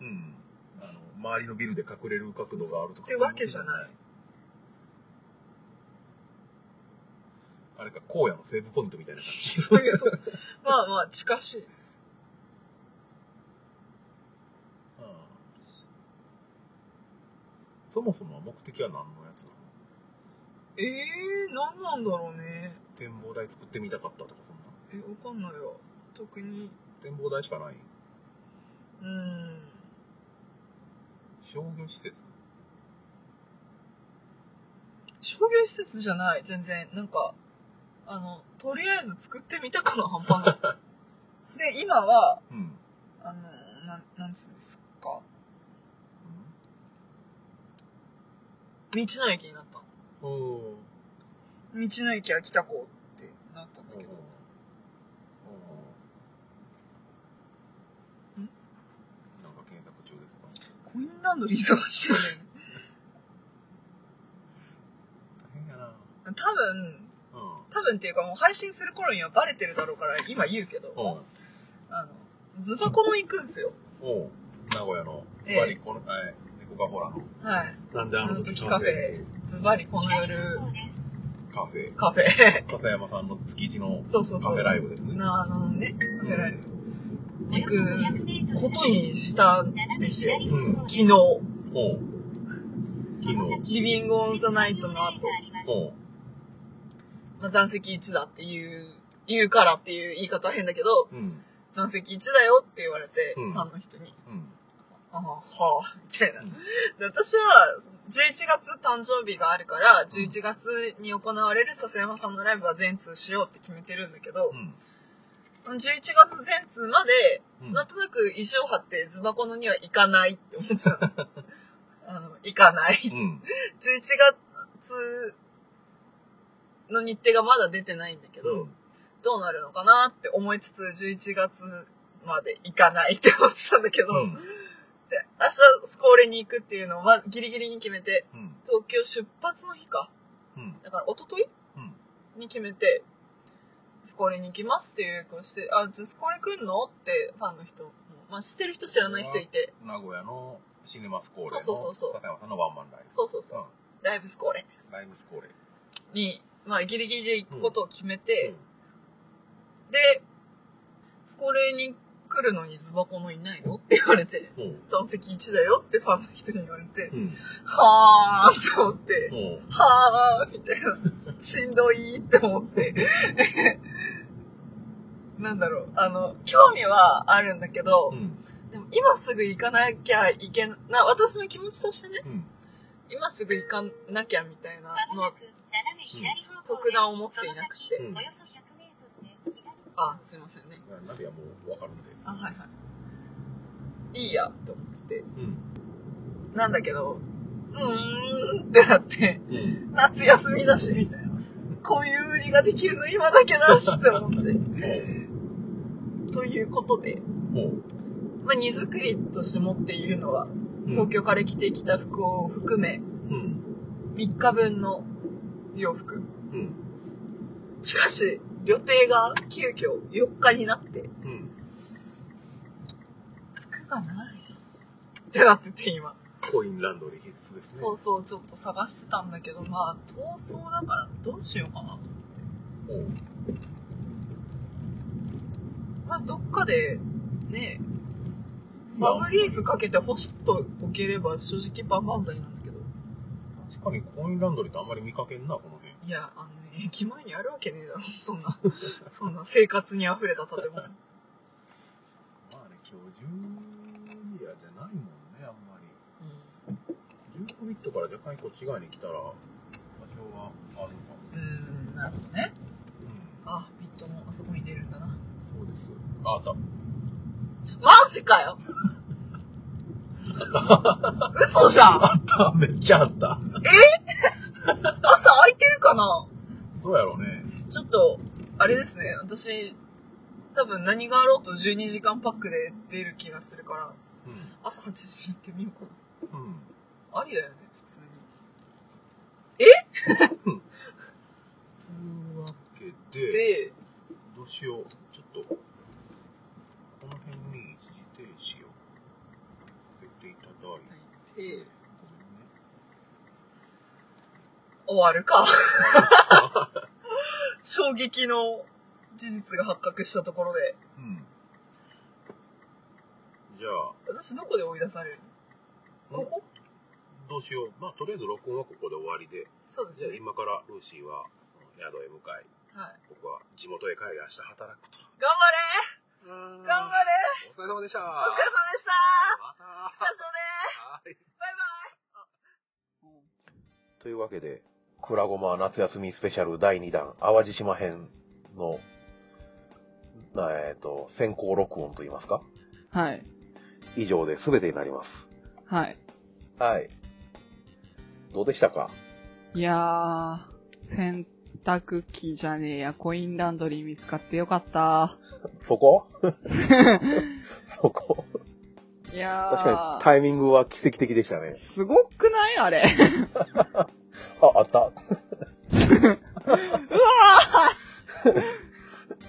Speaker 1: うん。あの、周りのビルで隠れる角度があるとか。
Speaker 2: ってわけじ ゃない。
Speaker 1: あれか、荒野のセーブポイントみたいな感じ。
Speaker 2: そういう、そう。まあまあ、近しい。
Speaker 1: うんそもそもは目的は何のやつなの
Speaker 2: ええー、何なんだろうね。
Speaker 1: 展望台作ってみたかったとか、そんな。
Speaker 2: え、わかんないよ。特に、
Speaker 1: 展望台しかない。
Speaker 2: うん。
Speaker 1: 商業施設
Speaker 2: 商業施設じゃない、全然。なんか、あの、とりあえず作ってみたから半 端ない。で、今は、
Speaker 1: うん。
Speaker 2: あの、なん、なんつうんですか。道の駅になった。
Speaker 1: おお。
Speaker 2: 道の駅秋田港ってなったんだけど。ん
Speaker 1: なんか検索中ですか
Speaker 2: コインランドリー探してるんだよね。
Speaker 1: 大 変やな。
Speaker 2: 多
Speaker 1: う
Speaker 2: 分、
Speaker 1: ん。
Speaker 2: 多分っていうかもう配信する頃にはバレてるだろうから今言うけど、
Speaker 1: おう
Speaker 2: あの、ズバコも行くんですよ。
Speaker 1: おう名古屋の、ズバリこの、え猫がほらの。
Speaker 2: はい。
Speaker 1: なんであ
Speaker 2: あ
Speaker 1: の
Speaker 2: の
Speaker 1: 時
Speaker 2: 時
Speaker 1: カ
Speaker 2: カ
Speaker 1: フ
Speaker 2: フ
Speaker 1: ェ
Speaker 2: ェ、ズバリこの
Speaker 5: 左
Speaker 2: 夜
Speaker 5: 方向です。
Speaker 1: カフェ。
Speaker 2: カフェ。
Speaker 1: 笹山さんの築地の
Speaker 2: そうそう
Speaker 1: カ
Speaker 2: そ
Speaker 1: フェ
Speaker 2: う。
Speaker 1: ライブですね。
Speaker 2: なあのね、カフェライブ行
Speaker 5: およそ
Speaker 2: く
Speaker 5: 500メートル
Speaker 2: こ
Speaker 5: 先
Speaker 2: とにしたん
Speaker 5: 斜
Speaker 2: で
Speaker 5: め
Speaker 2: すよ。
Speaker 5: 左方向で
Speaker 2: 昨
Speaker 5: す
Speaker 2: 日、
Speaker 1: おう昨日。
Speaker 2: リビングオンザナイトの後、
Speaker 1: おう
Speaker 2: まあ、残席1だっていう、言うからっていう言い方は変だけど、
Speaker 1: うん。
Speaker 2: 残席1だよって言われて、
Speaker 1: うん
Speaker 2: ファンの人に。
Speaker 1: うん。
Speaker 2: ああ、はあ、みたいな。
Speaker 1: うん
Speaker 2: で私は、11月誕生日があるから、11月に行われる笹山さんのライブは全通しようって決めてるんだけど、
Speaker 1: うん。
Speaker 2: 11月全通まで、
Speaker 1: うん
Speaker 2: なんとなく意地を張ってズバコのには行かないって思って たの。あの、行かない。11
Speaker 1: うん。
Speaker 2: 月の日程がまだ出てないんだけど、
Speaker 1: うん
Speaker 2: どうなるのかなって思いつつ、11月まで行かないって思ってたんだけど、
Speaker 1: うん。
Speaker 2: で、明日スコーレに行くっていうのを、ま、ギリギリに決めて、
Speaker 1: うん。
Speaker 2: 東京出発の日か。
Speaker 1: うん。
Speaker 2: だから、一昨日
Speaker 1: うん
Speaker 2: に決めて、スコーレに行きますっていう子して、あ、じゃあスコーレ来んのってファンの人も、まあ、知ってる人知らない人いて、
Speaker 1: 名古屋のシネマスコーレの
Speaker 2: そうそうそうそう
Speaker 1: 笹山さんのワンマンライブ。
Speaker 2: そうそうそう、ライブスコーレ
Speaker 1: うん。ライブスコーレ。
Speaker 2: に、まあ、ギリギリで行くことを決めて、
Speaker 1: う
Speaker 2: で、スコーレに来るのにズバコのいないのって言われて、
Speaker 1: ん。おう
Speaker 2: 残席1だよってファンの人に言われて
Speaker 1: う、ん。
Speaker 2: はーんと思って、
Speaker 1: おう
Speaker 2: はぁーみたいな。しんどいって思って。 なんだろう。あの、興味はあるんだけど
Speaker 1: う、ん。
Speaker 2: でも今すぐ行かなきゃいけな、私の気持ちとしてね、
Speaker 1: うん。
Speaker 2: 今すぐ行かなきゃみたいなのは、特
Speaker 5: 特
Speaker 2: 段
Speaker 5: 段
Speaker 2: を
Speaker 5: を
Speaker 2: 持
Speaker 5: 持
Speaker 2: っ
Speaker 5: ってて
Speaker 2: い
Speaker 5: い
Speaker 2: な
Speaker 5: な
Speaker 2: く
Speaker 5: く
Speaker 2: て
Speaker 5: て、
Speaker 1: うん
Speaker 5: およそ100メートルで左方向
Speaker 2: あ、すいませんね。
Speaker 1: ナビはもうわかるんで。
Speaker 2: あ、はいはい。いいや、と思ってて。
Speaker 1: うん。
Speaker 2: なんだけど、うーんってなって、
Speaker 1: うん。
Speaker 2: 夏休みだし、みたいな。こういう売りができるの今だけだし、って思って。ということで、
Speaker 1: おう
Speaker 2: まあ、荷造りとして持っているのは、
Speaker 1: うん
Speaker 2: 東京から着てきた服を含め、
Speaker 1: うん。
Speaker 2: 3日分の洋服。
Speaker 1: うん。
Speaker 2: しかし、予定が急遽4日になって、
Speaker 1: うん。
Speaker 2: 服がない。ってなってて、今。
Speaker 1: コインランドリー必須ですね。
Speaker 2: そうそう、ちょっと探してたんだけど、まあ、逃走だからどうしようかな。
Speaker 1: おう
Speaker 2: まあ、どっかで、ね、
Speaker 1: ま
Speaker 2: バ
Speaker 1: あ
Speaker 2: ブリーズかけて干しとおければ正直万々歳なんだけど。
Speaker 1: 確かにコインランドリーってあんまり見かけんな、この辺。
Speaker 2: いや、あのね、
Speaker 6: 駅前にあるわけねえだろ そんなそんな生活にあふれた建 物
Speaker 7: まあね、今日10エリアじゃないもんね、あんまり。
Speaker 8: 19ビットから若干一個違いに来たら、多少はあるのかも。
Speaker 6: うんうんなるほどね
Speaker 8: うん。
Speaker 6: あビットのあそこに出るんだな
Speaker 8: そうです。あ、あった。
Speaker 6: マジかよ 嘘じゃん
Speaker 8: あ めっちゃあった。
Speaker 6: 朝空いてるかな
Speaker 8: どうやろうね。
Speaker 6: ちょっと、あれですね、私、多分何があろうと12時間パックで出る気がするから、
Speaker 8: うん
Speaker 6: 朝8時に行ってみようか
Speaker 8: うん。
Speaker 6: な。ありだよね、普通に。
Speaker 8: というわけで、
Speaker 6: で、
Speaker 8: どうしよう。ちょっと、この辺に一時停止をさせていただい
Speaker 6: で
Speaker 8: て、
Speaker 6: 終わるか。衝撃の事実が発覚したところで、
Speaker 8: うん。じゃあ、
Speaker 6: 私どこで追い出されるのここ
Speaker 8: どうしよう。まあ、とりあえず録音はここで終わりで、
Speaker 6: そうです
Speaker 8: じゃあ
Speaker 6: ね。
Speaker 8: 今からルーシーはその宿へ向かい、
Speaker 6: はい。
Speaker 8: 僕は地元へ帰り明日働くと。
Speaker 6: 頑張れ頑張れ
Speaker 8: お疲れ様でした。
Speaker 6: お疲れ様でした
Speaker 8: また
Speaker 6: ス。タジオ
Speaker 8: は
Speaker 6: で
Speaker 8: い
Speaker 6: バイバイ
Speaker 1: というわけで、くらごま夏休みスペシャル第2弾、淡路島編の、なえっ、と、先行録音といいますか、
Speaker 2: はい。
Speaker 1: 以上で全てになります。
Speaker 2: はい。
Speaker 1: はい。どうでしたか
Speaker 2: いやー、洗濯機じゃねえや、コインランドリー見つかってよかった。
Speaker 1: そ こそこ
Speaker 2: いやー、
Speaker 1: 確かにタイミングは奇跡的でしたね。
Speaker 2: すごくないあれ。
Speaker 1: あ、あった。
Speaker 2: うわ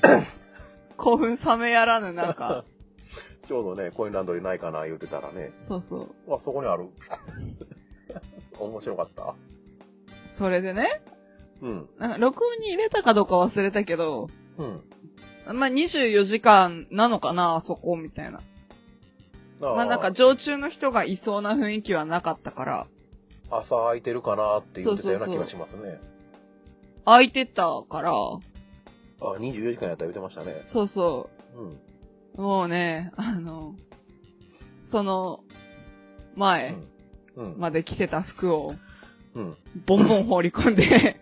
Speaker 2: ー興奮冷めやらぬ、なん か。
Speaker 1: ちょうどね、コインランドリーないかな言うてたらね、
Speaker 2: そうそう。
Speaker 1: あ、そこにある。 面白かった。
Speaker 2: それでね、
Speaker 1: うん。
Speaker 2: なんか録音に入れたかどうか忘れたけど、
Speaker 1: うん。
Speaker 2: まあ、24時間なのかな、あそこ、みたいな。
Speaker 1: あー
Speaker 2: まあ、なんか、常駐の人がいそうな雰囲気はなかったから、
Speaker 1: 朝空いてるかなって言ってたような
Speaker 2: そうそうそう
Speaker 1: 気がしますね。
Speaker 2: 空いてたから、
Speaker 1: あ、24時間やったら言ってましたね。
Speaker 2: そうそ
Speaker 1: うん。
Speaker 2: う。もうね、あの、その、前
Speaker 1: うん。
Speaker 2: まで着てた服を、
Speaker 1: うん。
Speaker 2: ボンボン放り込んで、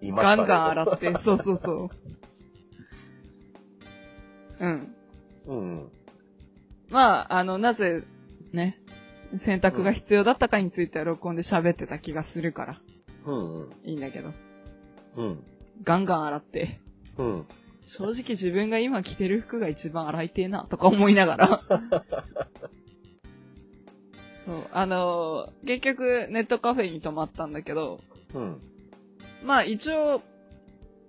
Speaker 1: いました
Speaker 2: ガ
Speaker 1: ね。
Speaker 2: ンガン洗って、そうそうそう。うん。
Speaker 1: うん。
Speaker 2: まあ、あの、なぜ、ね、選択が必要だったかについては録音で喋ってた気がするから、
Speaker 1: うん。うん。
Speaker 2: いいんだけど。
Speaker 1: うん。
Speaker 2: ガンガン洗って。
Speaker 1: うん。
Speaker 2: 正直自分が今着てる服が一番洗いてえな、とか思いながら。そう、あのー結局ネットカフェに泊まったんだけど、
Speaker 1: うん。
Speaker 2: まあ一応、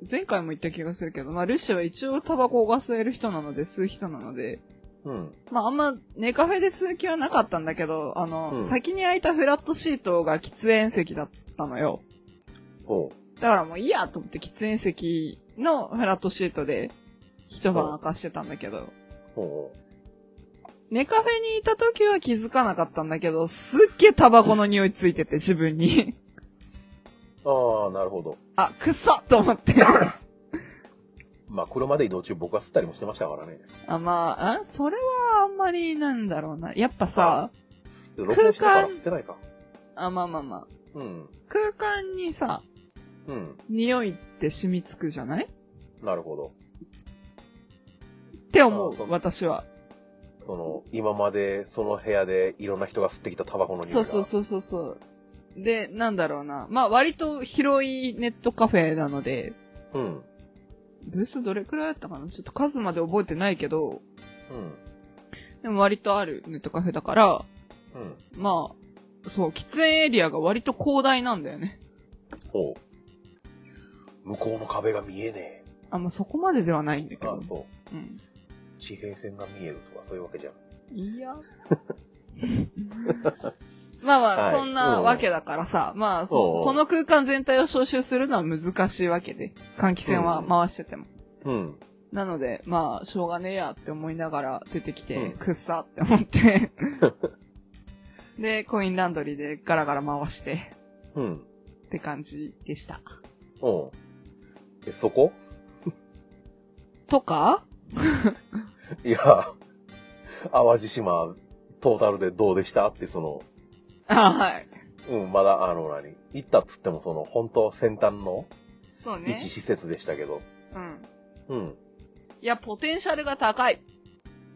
Speaker 2: 前回も言った気がするけど、まあルッシュは一応タバコが吸える人なので、吸う人なので、
Speaker 1: うん。
Speaker 2: まああんまネカフェで吸う気はなかったんだけど、あの、
Speaker 1: うん
Speaker 2: 先に空いたフラットシートが喫煙席だったのよ。
Speaker 1: ほ
Speaker 2: だからもういいやと思って喫煙席のフラットシートで一晩明かしてたんだけど、
Speaker 1: う。ほ
Speaker 2: ネカフェにいた時は気づかなかったんだけど、すっげえタバコの匂いついてて自分に。
Speaker 1: う。ああ、なるほど。
Speaker 2: あ、くっそと思って。
Speaker 1: まあ、車で移動中僕は吸ったりもしてましたからね。
Speaker 2: あ、まあ、あそれはあんまりなんだろうな。やっぱさ、
Speaker 1: けど録音しながら吸ってないか。
Speaker 2: あ、まあまあまあ。
Speaker 1: うん。
Speaker 2: 空間にさ、
Speaker 1: うん。
Speaker 2: 匂いって染みつくじゃない
Speaker 1: なるほど。
Speaker 2: って思、
Speaker 1: あそうう
Speaker 2: 私は。
Speaker 1: その、今までその部屋でいろんな人が吸ってきたタバコの匂い
Speaker 2: そ
Speaker 1: が。
Speaker 2: うそうそうそうそう。で、なんだろうな。まあ割と広いネットカフェなので、
Speaker 1: う。うん。
Speaker 2: ブースどれくらいあったかなちょっと数まで覚えてないけど、
Speaker 1: うん。
Speaker 2: でも割とあるネットカフェだから、
Speaker 1: うん。
Speaker 2: まあ、そう、喫煙エリアが割と広大なんだよね。
Speaker 1: ほう。向こうの壁が見えねえ。
Speaker 2: あ、まあそこまでではないんだけ
Speaker 1: あ
Speaker 2: ど。
Speaker 1: そう。
Speaker 2: うん。
Speaker 1: 地平線が見えるとか、そういうわけじゃん。
Speaker 2: いや。 まあまあ、
Speaker 1: はい
Speaker 2: そんなわけだからさ、まあ
Speaker 1: おうお
Speaker 2: そうその空間全体を招集するのは難しいわけで、換気扇は回してても。
Speaker 1: うん。
Speaker 2: なので、まあ、しょうがねえやって思いながら出てきて、
Speaker 1: うん
Speaker 2: くっさって思って。で、コインランドリーでガラガラ回して
Speaker 1: うん。
Speaker 2: って感じでした。
Speaker 1: おうえ、そこと
Speaker 2: か
Speaker 1: いや、淡路島、トータルでどうでしたって、その、
Speaker 2: あはい。
Speaker 1: うん、まだ、あの、何、行ったっつっても、その、本当先端の
Speaker 2: そうね
Speaker 1: 一。施設でしたけど、
Speaker 2: うん。
Speaker 1: うん、
Speaker 2: いや、ポテンシャルが高い。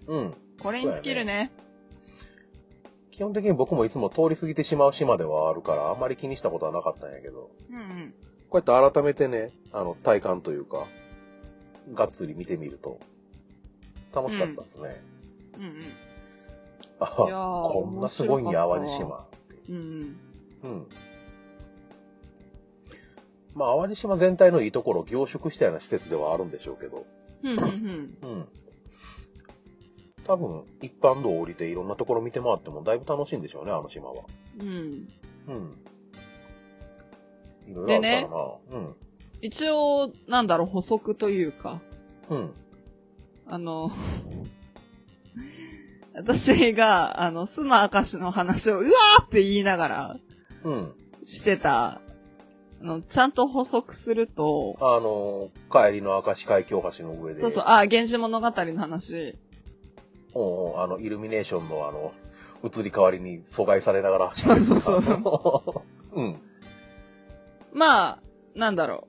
Speaker 1: うん。
Speaker 2: これに尽きるね。
Speaker 1: 基本的に僕もいつも通り過ぎてしまう島ではあるから、あんまり気にしたことはなかったんやけど、
Speaker 2: うんうん。
Speaker 1: こうやって改めてね、あの、体感というか、がっつり見てみると、楽しかったっすね。
Speaker 2: うんうん。い
Speaker 1: あ
Speaker 2: や
Speaker 1: は
Speaker 2: ー
Speaker 1: こんなすごいんや、淡路。
Speaker 2: 面白
Speaker 1: 島。
Speaker 2: かったうんうん。
Speaker 1: うん。まあ、淡路島全体のいいところを凝縮したような施設ではあるんでしょうけど、
Speaker 2: うんうんうん。
Speaker 1: うん。多分、一般道を降りていろんなところ見て回ってもだいぶ楽しいんでしょうね、あの島は。
Speaker 2: うん。
Speaker 1: うん。いろいろあるからな。
Speaker 2: 一応、なんだろう、補足というか、
Speaker 1: うん。うん。
Speaker 2: あの、私が、あの、スマ明石の話を、うわーって言いながら
Speaker 1: うん。
Speaker 2: してた、あの、ちゃんと補足すると、
Speaker 1: あのー、帰りの明石海峡橋の上で、
Speaker 2: そうそう、あ、源氏物語の話、
Speaker 1: おうおうあの、イルミネーションのあの、移り変わりに阻害されながら走って
Speaker 2: そうそ う
Speaker 1: そう。うん。
Speaker 2: まあ、なんだろ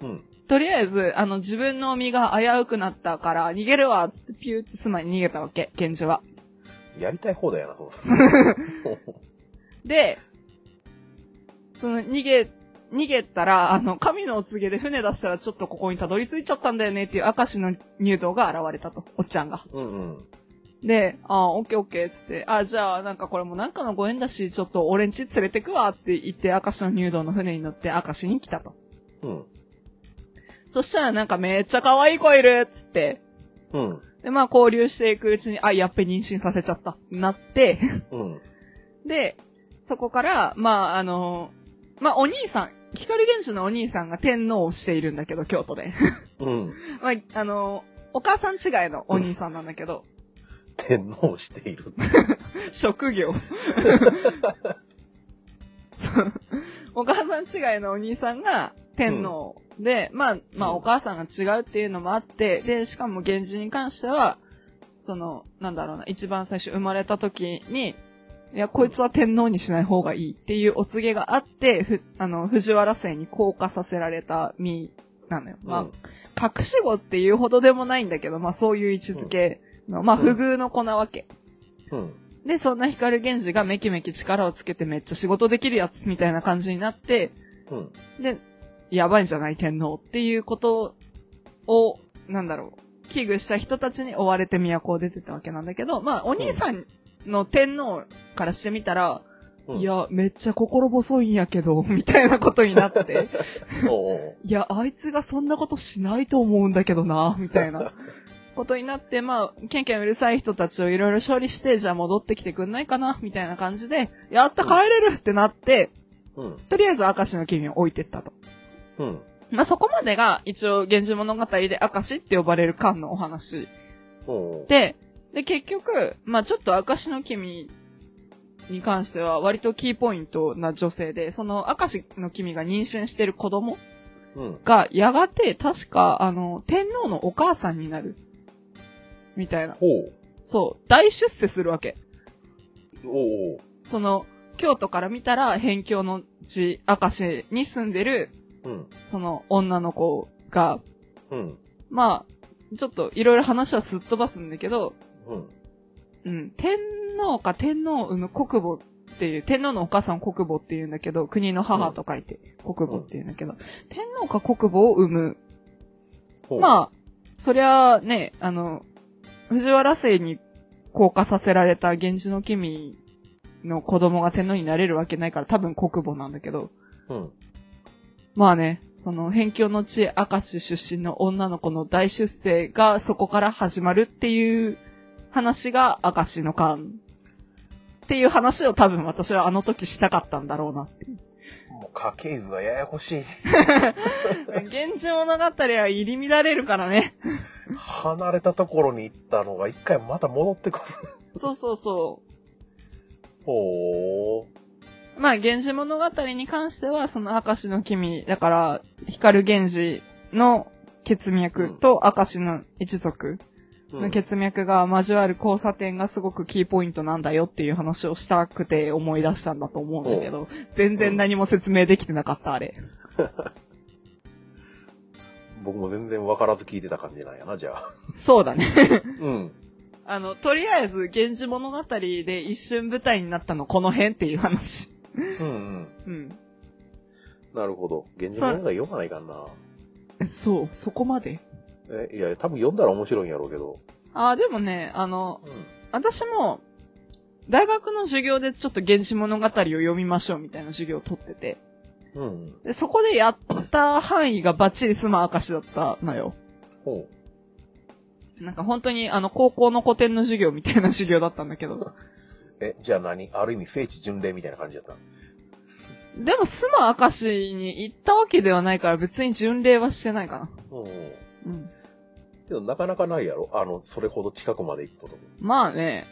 Speaker 1: うん。
Speaker 2: う。とりあえず、あの、自分の身が危うくなったから、逃げるわっつって、ピューってスマに逃げたわけ、源氏は。
Speaker 1: やりたい放題やな、そう
Speaker 2: で、その、逃げ、逃げたら、あの、神のお告げで船出したらちょっとここにたどり着いちゃったんだよねっていう明石の入道が現れたと、おっちゃんが。
Speaker 1: うんうん。
Speaker 2: で、ああ、オッケーオッケーっつって、ああ、じゃあ、なんかこれもなんかのご縁だし、ちょっと俺んち連れてくわって言って、明石の入道の船に乗って明石に来たと。
Speaker 1: うん。
Speaker 2: そしたらなんかめっちゃ可愛い子いるっつって、
Speaker 1: うん。
Speaker 2: で、まあ交流していくうちに、あ、やっべ妊娠させちゃった、なって、
Speaker 1: うん。
Speaker 2: で、そこから、まあ、あの、まあ、お兄さん、光源氏のお兄さんが天皇をしているんだけど、京都で。
Speaker 1: うん。
Speaker 2: まあ、あの、お母さん違いのお兄さんなんだけど、
Speaker 1: 天皇をしている。
Speaker 2: 職業。そうお母さん違いのお兄さんが天皇で、まあ、まあ、
Speaker 1: うん
Speaker 2: お母さんが違うっていうのもあって、で、しかも源氏に関しては、その、なんだろうな、一番最初生まれた時に、いや、こいつは天皇にしない方がいいっていうお告げがあって、ふ、あの、藤原姓に降下させられた身なのよ。まあ、隠し子っていうほどでもないんだけど、まあ、そういう位置づけの、まあ、不遇の子なわけ。
Speaker 1: うん。
Speaker 2: で、そんな光源氏がめきめき力をつけてめっちゃ仕事できるやつみたいな感じになって、
Speaker 1: うん。
Speaker 2: で、やばいんじゃない天皇っていうことを、なんだろう、危惧した人たちに追われて都を出てたわけなんだけど、まあ、お兄さんの天皇からしてみたら、
Speaker 1: うん。
Speaker 2: いや、めっちゃ心細いんやけど、みたいなことになって、
Speaker 1: おうおう
Speaker 2: いや、あいつがそんなことしないと思うんだけどな、みたいな。ことになって、まあ、ケンケンうるさい人たちをいろいろ処理して、じゃあ戻ってきてくんないかな、みたいな感じで、やった帰れるってなって、
Speaker 1: うん。
Speaker 2: とりあえず明石の君を置いてったと。
Speaker 1: うん。
Speaker 2: まあ、そこまでが一応、源氏物語で明石って呼ばれる間のお話
Speaker 1: おうおう
Speaker 2: で、で、結局、まあ、ちょっと明石の君に関しては割とキーポイントな女性で、その明石の君が妊娠してる子供
Speaker 1: うん。
Speaker 2: が、やがて確か、あの、天皇のお母さんになる。みたいな。
Speaker 1: ほう。
Speaker 2: そう。大出世するわけ。
Speaker 1: おう
Speaker 2: その、京都から見たら、辺境の地、明石に住んでる、
Speaker 1: おう。うん。
Speaker 2: その女の子が、
Speaker 1: うん。
Speaker 2: まあ、ちょっといろいろ話はすっ飛ばすんだけど、
Speaker 1: うん。
Speaker 2: うん、天皇か天皇を産む国母っていう、天皇のお母さんを国母っていうんだけど、国の母と書いて国母っていうんだけど、天皇か国母を産む
Speaker 1: ほう。
Speaker 2: まあ、そりゃあね、あの、藤原姓に降下させられた源氏の君の子供が天皇になれるわけないから多分国母なんだけど、
Speaker 1: うん。
Speaker 2: まあね、その、辺境の地、明石出身の女の子の大出世がそこから始まるっていう話が明石の間っていう話を多分私はあの時したかったんだろうなっていう。
Speaker 1: もう家系図がややこしい。
Speaker 2: 源氏物語は入り乱れるからね。
Speaker 1: 離れたところに行ったのが一回また戻ってくる。
Speaker 2: そうそうそう。
Speaker 1: ほう。
Speaker 2: まあ、源氏物語に関しては、その明石の君、だから、光源氏の血脈と明石の一族
Speaker 1: うん
Speaker 2: の血脈が交わる交差点がすごくキーポイントなんだよっていう話をしたくて思い出したんだと思うんだけど、全然何も説明できてなかった、あれ。
Speaker 1: 僕も全然分からず聞いてた感じなんやな、じゃあ。
Speaker 2: そうだね。
Speaker 1: うん。
Speaker 2: あの、とりあえず、源氏物語で一瞬舞台になったのこの辺っていう話。
Speaker 1: うんうん。
Speaker 2: うん。
Speaker 1: なるほど。現実の漫画読まないかんな。
Speaker 2: えそう、そこまで。
Speaker 1: え、いや、多分読んだら面白いんやろうけど。
Speaker 2: ああ、でもね、あの、
Speaker 1: うん。
Speaker 2: 私も、大学の授業でちょっと原始物語を読みましょうみたいな授業を取ってて、
Speaker 1: うん。
Speaker 2: でそこでやった範囲がバッチリスマ証だったのよ。
Speaker 1: ほ
Speaker 2: なんか本当にあの高校の古典の授業みたいな授業だったんだけど。
Speaker 1: う。え、じゃあ何ある意味聖地巡礼みたいな感じだったの
Speaker 2: でもスマ証に行ったわけではないから別に巡礼はしてないかな。
Speaker 1: うんうん。
Speaker 2: うん。
Speaker 1: けどなかなかないやろあの、それほど近くまで行くこと
Speaker 2: まあね、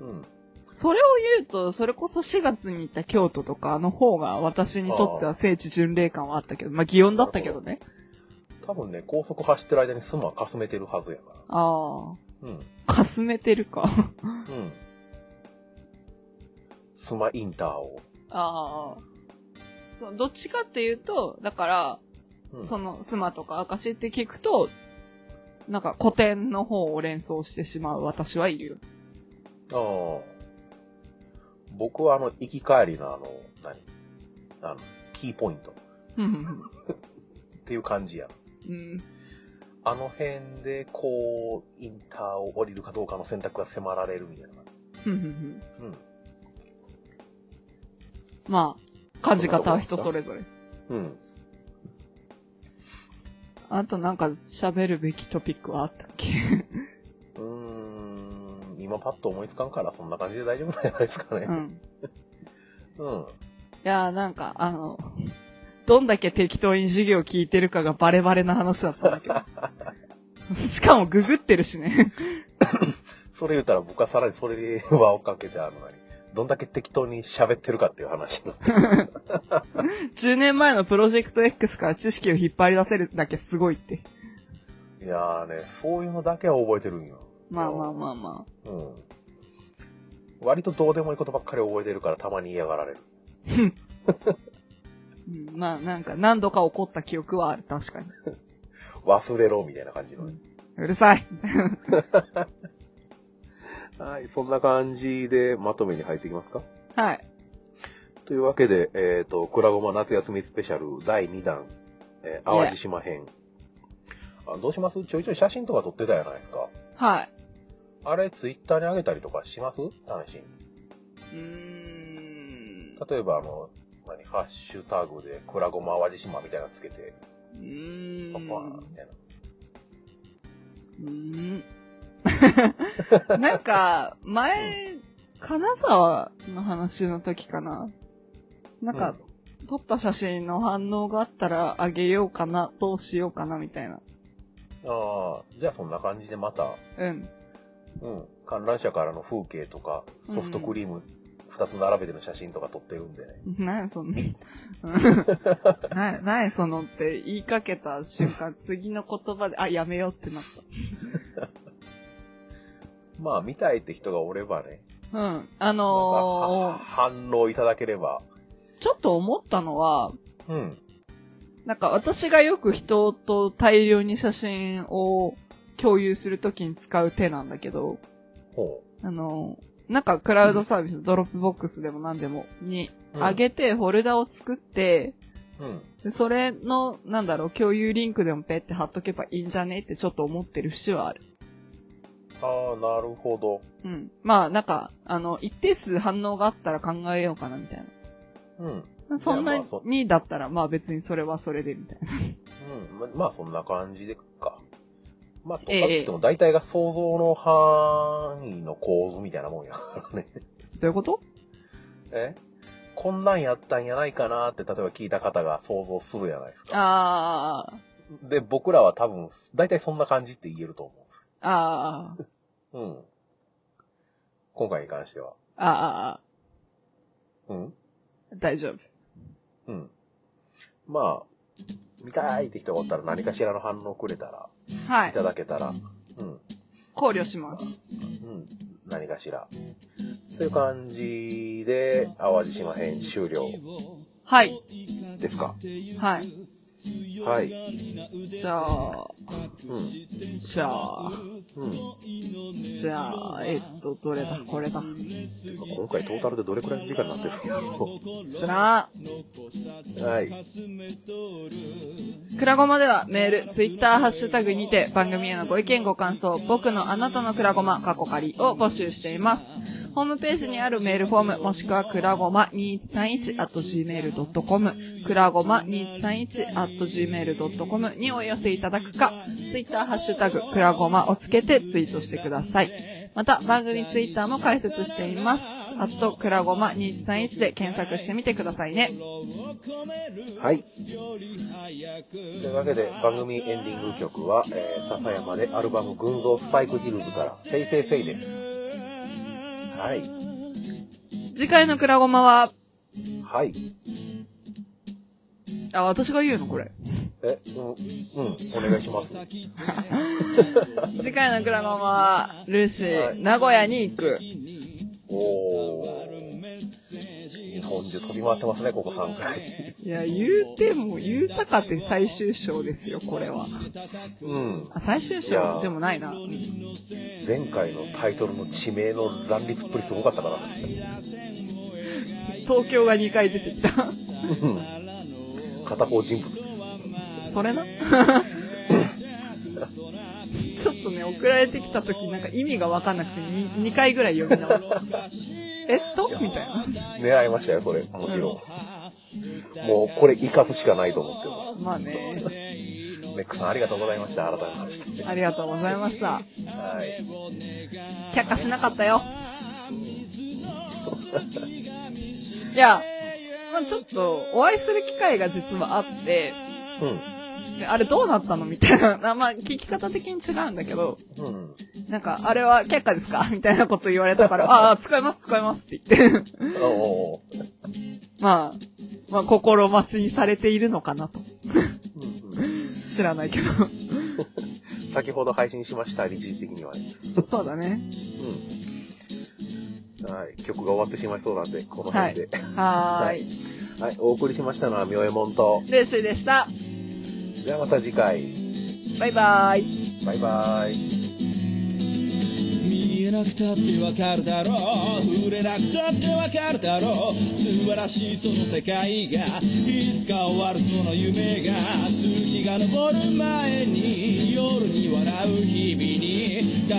Speaker 1: も。うん。
Speaker 2: それを言うと、それこそ4月に行った京都とかの方が私にとっては聖地巡礼感はあったけど、まあ祇園だったけどね。
Speaker 1: 多分ね、高速走ってる間にスマはかすめてるはずやな。
Speaker 2: あ
Speaker 1: うん。
Speaker 2: あ、かすめてるか。
Speaker 1: うん。スマインターを。
Speaker 2: ああ。どっちかっていうと、だから、
Speaker 1: うん。
Speaker 2: その、スマとか証って聞くと、なんか古典の方を連想してしまう私はいるよ。
Speaker 1: ああ。僕はあの、行き帰りのあの、何あの、キーポイントっていう感じやな。
Speaker 2: うん。
Speaker 1: あの辺で、こう、インターを降りるかどうかの選択が迫られるみたいな。
Speaker 2: まあ、感じ方は人それぞれ。
Speaker 1: うん。うん。
Speaker 2: あとなんか喋るべきトピックはあったっけ
Speaker 1: うーん、今パッと思いつかんから、そんな感じで大丈夫なんじゃないですかね
Speaker 2: う。ん。
Speaker 1: うん。
Speaker 2: いやーなんか、あの、どんだけ適当に授業聞いてるかがバレバレな話だったんだ けど。しかもググってるしね。
Speaker 1: それ言ったら僕はさらにそれに輪をかけて、あの何、どんだけ適当に喋ってるかっていう話にな って。
Speaker 2: 10年前のプロジェクト X から知識を引っ張り出せるだけすごいって。
Speaker 1: いやーね、そういうのだけは覚えてるんよ。
Speaker 2: まあまあまあま
Speaker 1: あ。
Speaker 2: あ。
Speaker 1: うん。割とどうでもいいことばっかり覚えてるから、たまに嫌がられる。
Speaker 2: うん、まあなんか何度か起こった記憶はある、確かに。
Speaker 1: 忘れろ、みたいな感じのね。
Speaker 2: うるさい
Speaker 1: はい、そんな感じでまとめに入っていきますか。
Speaker 2: はい。
Speaker 1: というわけで、えっ、と、くらごま夏休みスペシャル第2弾、えー淡路島編。あどうしますちょいちょい写真とか撮ってたじゃないですか。
Speaker 2: はい。
Speaker 1: あれ、ツイッターに上げたりとかします単身。
Speaker 2: うーん。
Speaker 1: 例えば、あの、何、ハッシュタグで、くらごま淡路島みたいなのつけて、
Speaker 2: うーん
Speaker 1: パパーンみたいな。
Speaker 2: う ーん。なんか、前、金沢の話の時かな。なんか、撮った写真の反応があったらあげようかな、どうしようかな、みたいな。
Speaker 1: ああ、じゃあそんな感じでまた、
Speaker 2: うん。
Speaker 1: うん、観覧車からの風景とか、ソフトクリーム2つ並べての写真とか撮ってるんでね。
Speaker 2: なんその、 な、なにそのって言いかけた瞬間、次の言葉で、あ、やめようってなっ
Speaker 1: まあ、見たいって人がおればね、
Speaker 2: た。うん。あ
Speaker 1: なんかは
Speaker 2: の
Speaker 1: 反応いただければ、
Speaker 2: ー、ちょっと思ったのは、
Speaker 1: うん、
Speaker 2: なんか私がよく人と大量に写真を共有するときに使う手なんだけど、
Speaker 1: ほ
Speaker 2: あの、なんかクラウドサービス、ドロップボックスでも何でもに
Speaker 1: う。
Speaker 2: 上げて、フォルダを作って、
Speaker 1: うん。
Speaker 2: でそれの、なんだろう、共有リンクでもペって貼っとけばいいんじゃねってちょっと思ってる節はある。
Speaker 1: ああ、なるほど。
Speaker 2: うん。まあ、なんか、あの、一定数反応があったら考えようかな、みたい
Speaker 1: うん。
Speaker 2: な。そん
Speaker 1: い
Speaker 2: な
Speaker 1: やまあそう
Speaker 2: にだったら、まあ別にそれはそれで、みたいな。
Speaker 1: うん。ままあ、そんな感じでか。まあ、とか
Speaker 2: ええ
Speaker 1: つっても、大体が想像の範囲の構図みたいなもんやからね。
Speaker 2: どういうこと
Speaker 1: えこんなんやったんやないかなって、例えば聞いた方が想像するじゃないですか。
Speaker 2: ああ、
Speaker 1: で、僕らは多分、大体そんな感じって言えると思うんです
Speaker 2: あー
Speaker 1: よ。うん。今回に関しては。
Speaker 2: あー、あーあー、
Speaker 1: うん
Speaker 2: 大丈夫。
Speaker 1: うん。まあ、見たいって人がおったら何かしらの反応くれたら、
Speaker 2: はいい。
Speaker 1: ただけたら、うん、
Speaker 2: 考慮します。
Speaker 1: うん、何かしら。という感じで、淡路島編終了
Speaker 2: はい。
Speaker 1: ですか。
Speaker 2: はい。
Speaker 1: はい。
Speaker 2: じゃあ、
Speaker 1: うん、
Speaker 2: じゃあ、
Speaker 1: うん。
Speaker 2: じゃあ、えっと、どれだこれだ。
Speaker 1: 今回トータルでどれくらいの時間になってるの
Speaker 2: 知ら
Speaker 1: はい。
Speaker 2: ん。くらごまではメール、ツイッター、ハッシュタグにて番組へのご意見ご感想、僕のあなたのくらごま、過去仮を募集しています。ホームページにあるメールフォーム、もしくはくらごま2131 at gmail.com、くらごま2131 at gmail.com にお寄せいただくか、ツイッター、ハッシュタグ、くらごまをつけてツイートしてください。また、番組ツイッターも開設しています。あと、くらごま2131で検索してみてくださいね。
Speaker 1: はい。というわけで番組エンディング曲は、えー、笹山でアルバム「群像スパイクヒルズ」から「せいせいせい」です。はい。
Speaker 2: 次回のくらごまは、
Speaker 1: はい。
Speaker 2: あ、私が言うのこれ。
Speaker 1: え、うん、うん、お願いします。
Speaker 2: 次回のくらごまは、ルーシ
Speaker 1: は
Speaker 2: ー、
Speaker 1: い
Speaker 2: 名古屋に行く。
Speaker 1: おー。日本中飛び回ってますね、ここ3回。
Speaker 2: いや、言うても、言うたかて最終章ですよ、これは。
Speaker 1: うん。
Speaker 2: あ、最終
Speaker 1: いや
Speaker 2: 章
Speaker 1: ー
Speaker 2: でもないな。
Speaker 1: 前回のタイトルの地名の乱立っぷりすごかったから。
Speaker 2: 東京が2回出てきた。
Speaker 1: うん片方人物です。
Speaker 2: それな ちょっとね送られてきた時なんか意味が分かんなくて 2, 回ぐらい読み直したえっとみたいな
Speaker 1: 狙いましたよ、それ。もちろん。もう、これ生かすしかないと思ってます。
Speaker 2: まあね
Speaker 1: メックさんありがとうございました、改めまして。
Speaker 2: ありがとうございました
Speaker 1: はい。
Speaker 2: 却下しなかったよいや、まあ、ちょっとお会いする機会が実はあって
Speaker 1: う
Speaker 2: であれどうなったのみたいな、あまあ、聞き方的に違うんだけど
Speaker 1: ん。うん。
Speaker 2: なんかあれは却下ですかみたいなこと言われたからああ使います使いますって言って
Speaker 1: おー
Speaker 2: まあ、まあ、心待ちにされているのかなと。
Speaker 1: うんうん
Speaker 2: 知らないけど。
Speaker 1: 先ほど配信しました、一時的にはね。
Speaker 2: そうだね。
Speaker 1: うん。はい。曲が終わってしまいそうなんで、この辺で。
Speaker 2: はーい。
Speaker 1: はい、お送りしましたのは、みおえもんと。
Speaker 2: レーシーでした。
Speaker 1: ではまた次回。
Speaker 2: バイバーイ。
Speaker 1: バイバイ。
Speaker 9: 見えなくたってわかるだろう触れなくたってわかるだろう素晴らしいその世界がいつか終わるその夢が月が昇る前に夜に笑う日々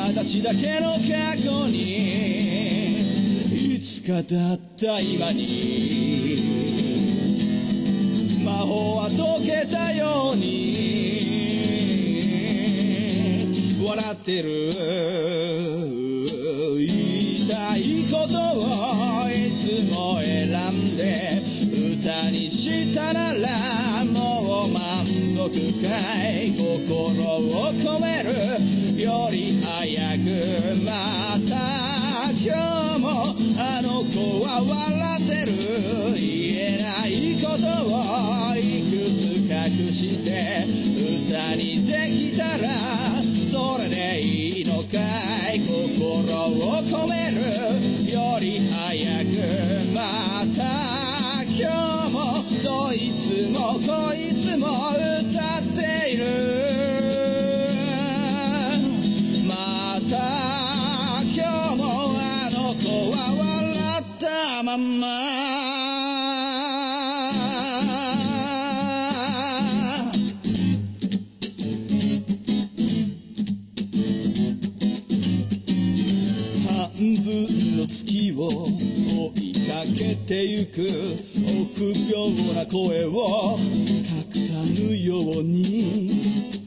Speaker 9: に形だけの過去にいつかだった今に魔法は溶けたように笑ってる言いたいことをいつも選んで歌にしたならもう満足かい心を込めるより早くまた今日もあの子は笑ってる言えないことをいくつ隠して歌にできたらそれでいいのかい心を込めるより早くまた今日もどいつもこいつも歌っているまた今日もあの子は笑ったまんま半分の月を追いかけてゆく臆病な声を隠さぬように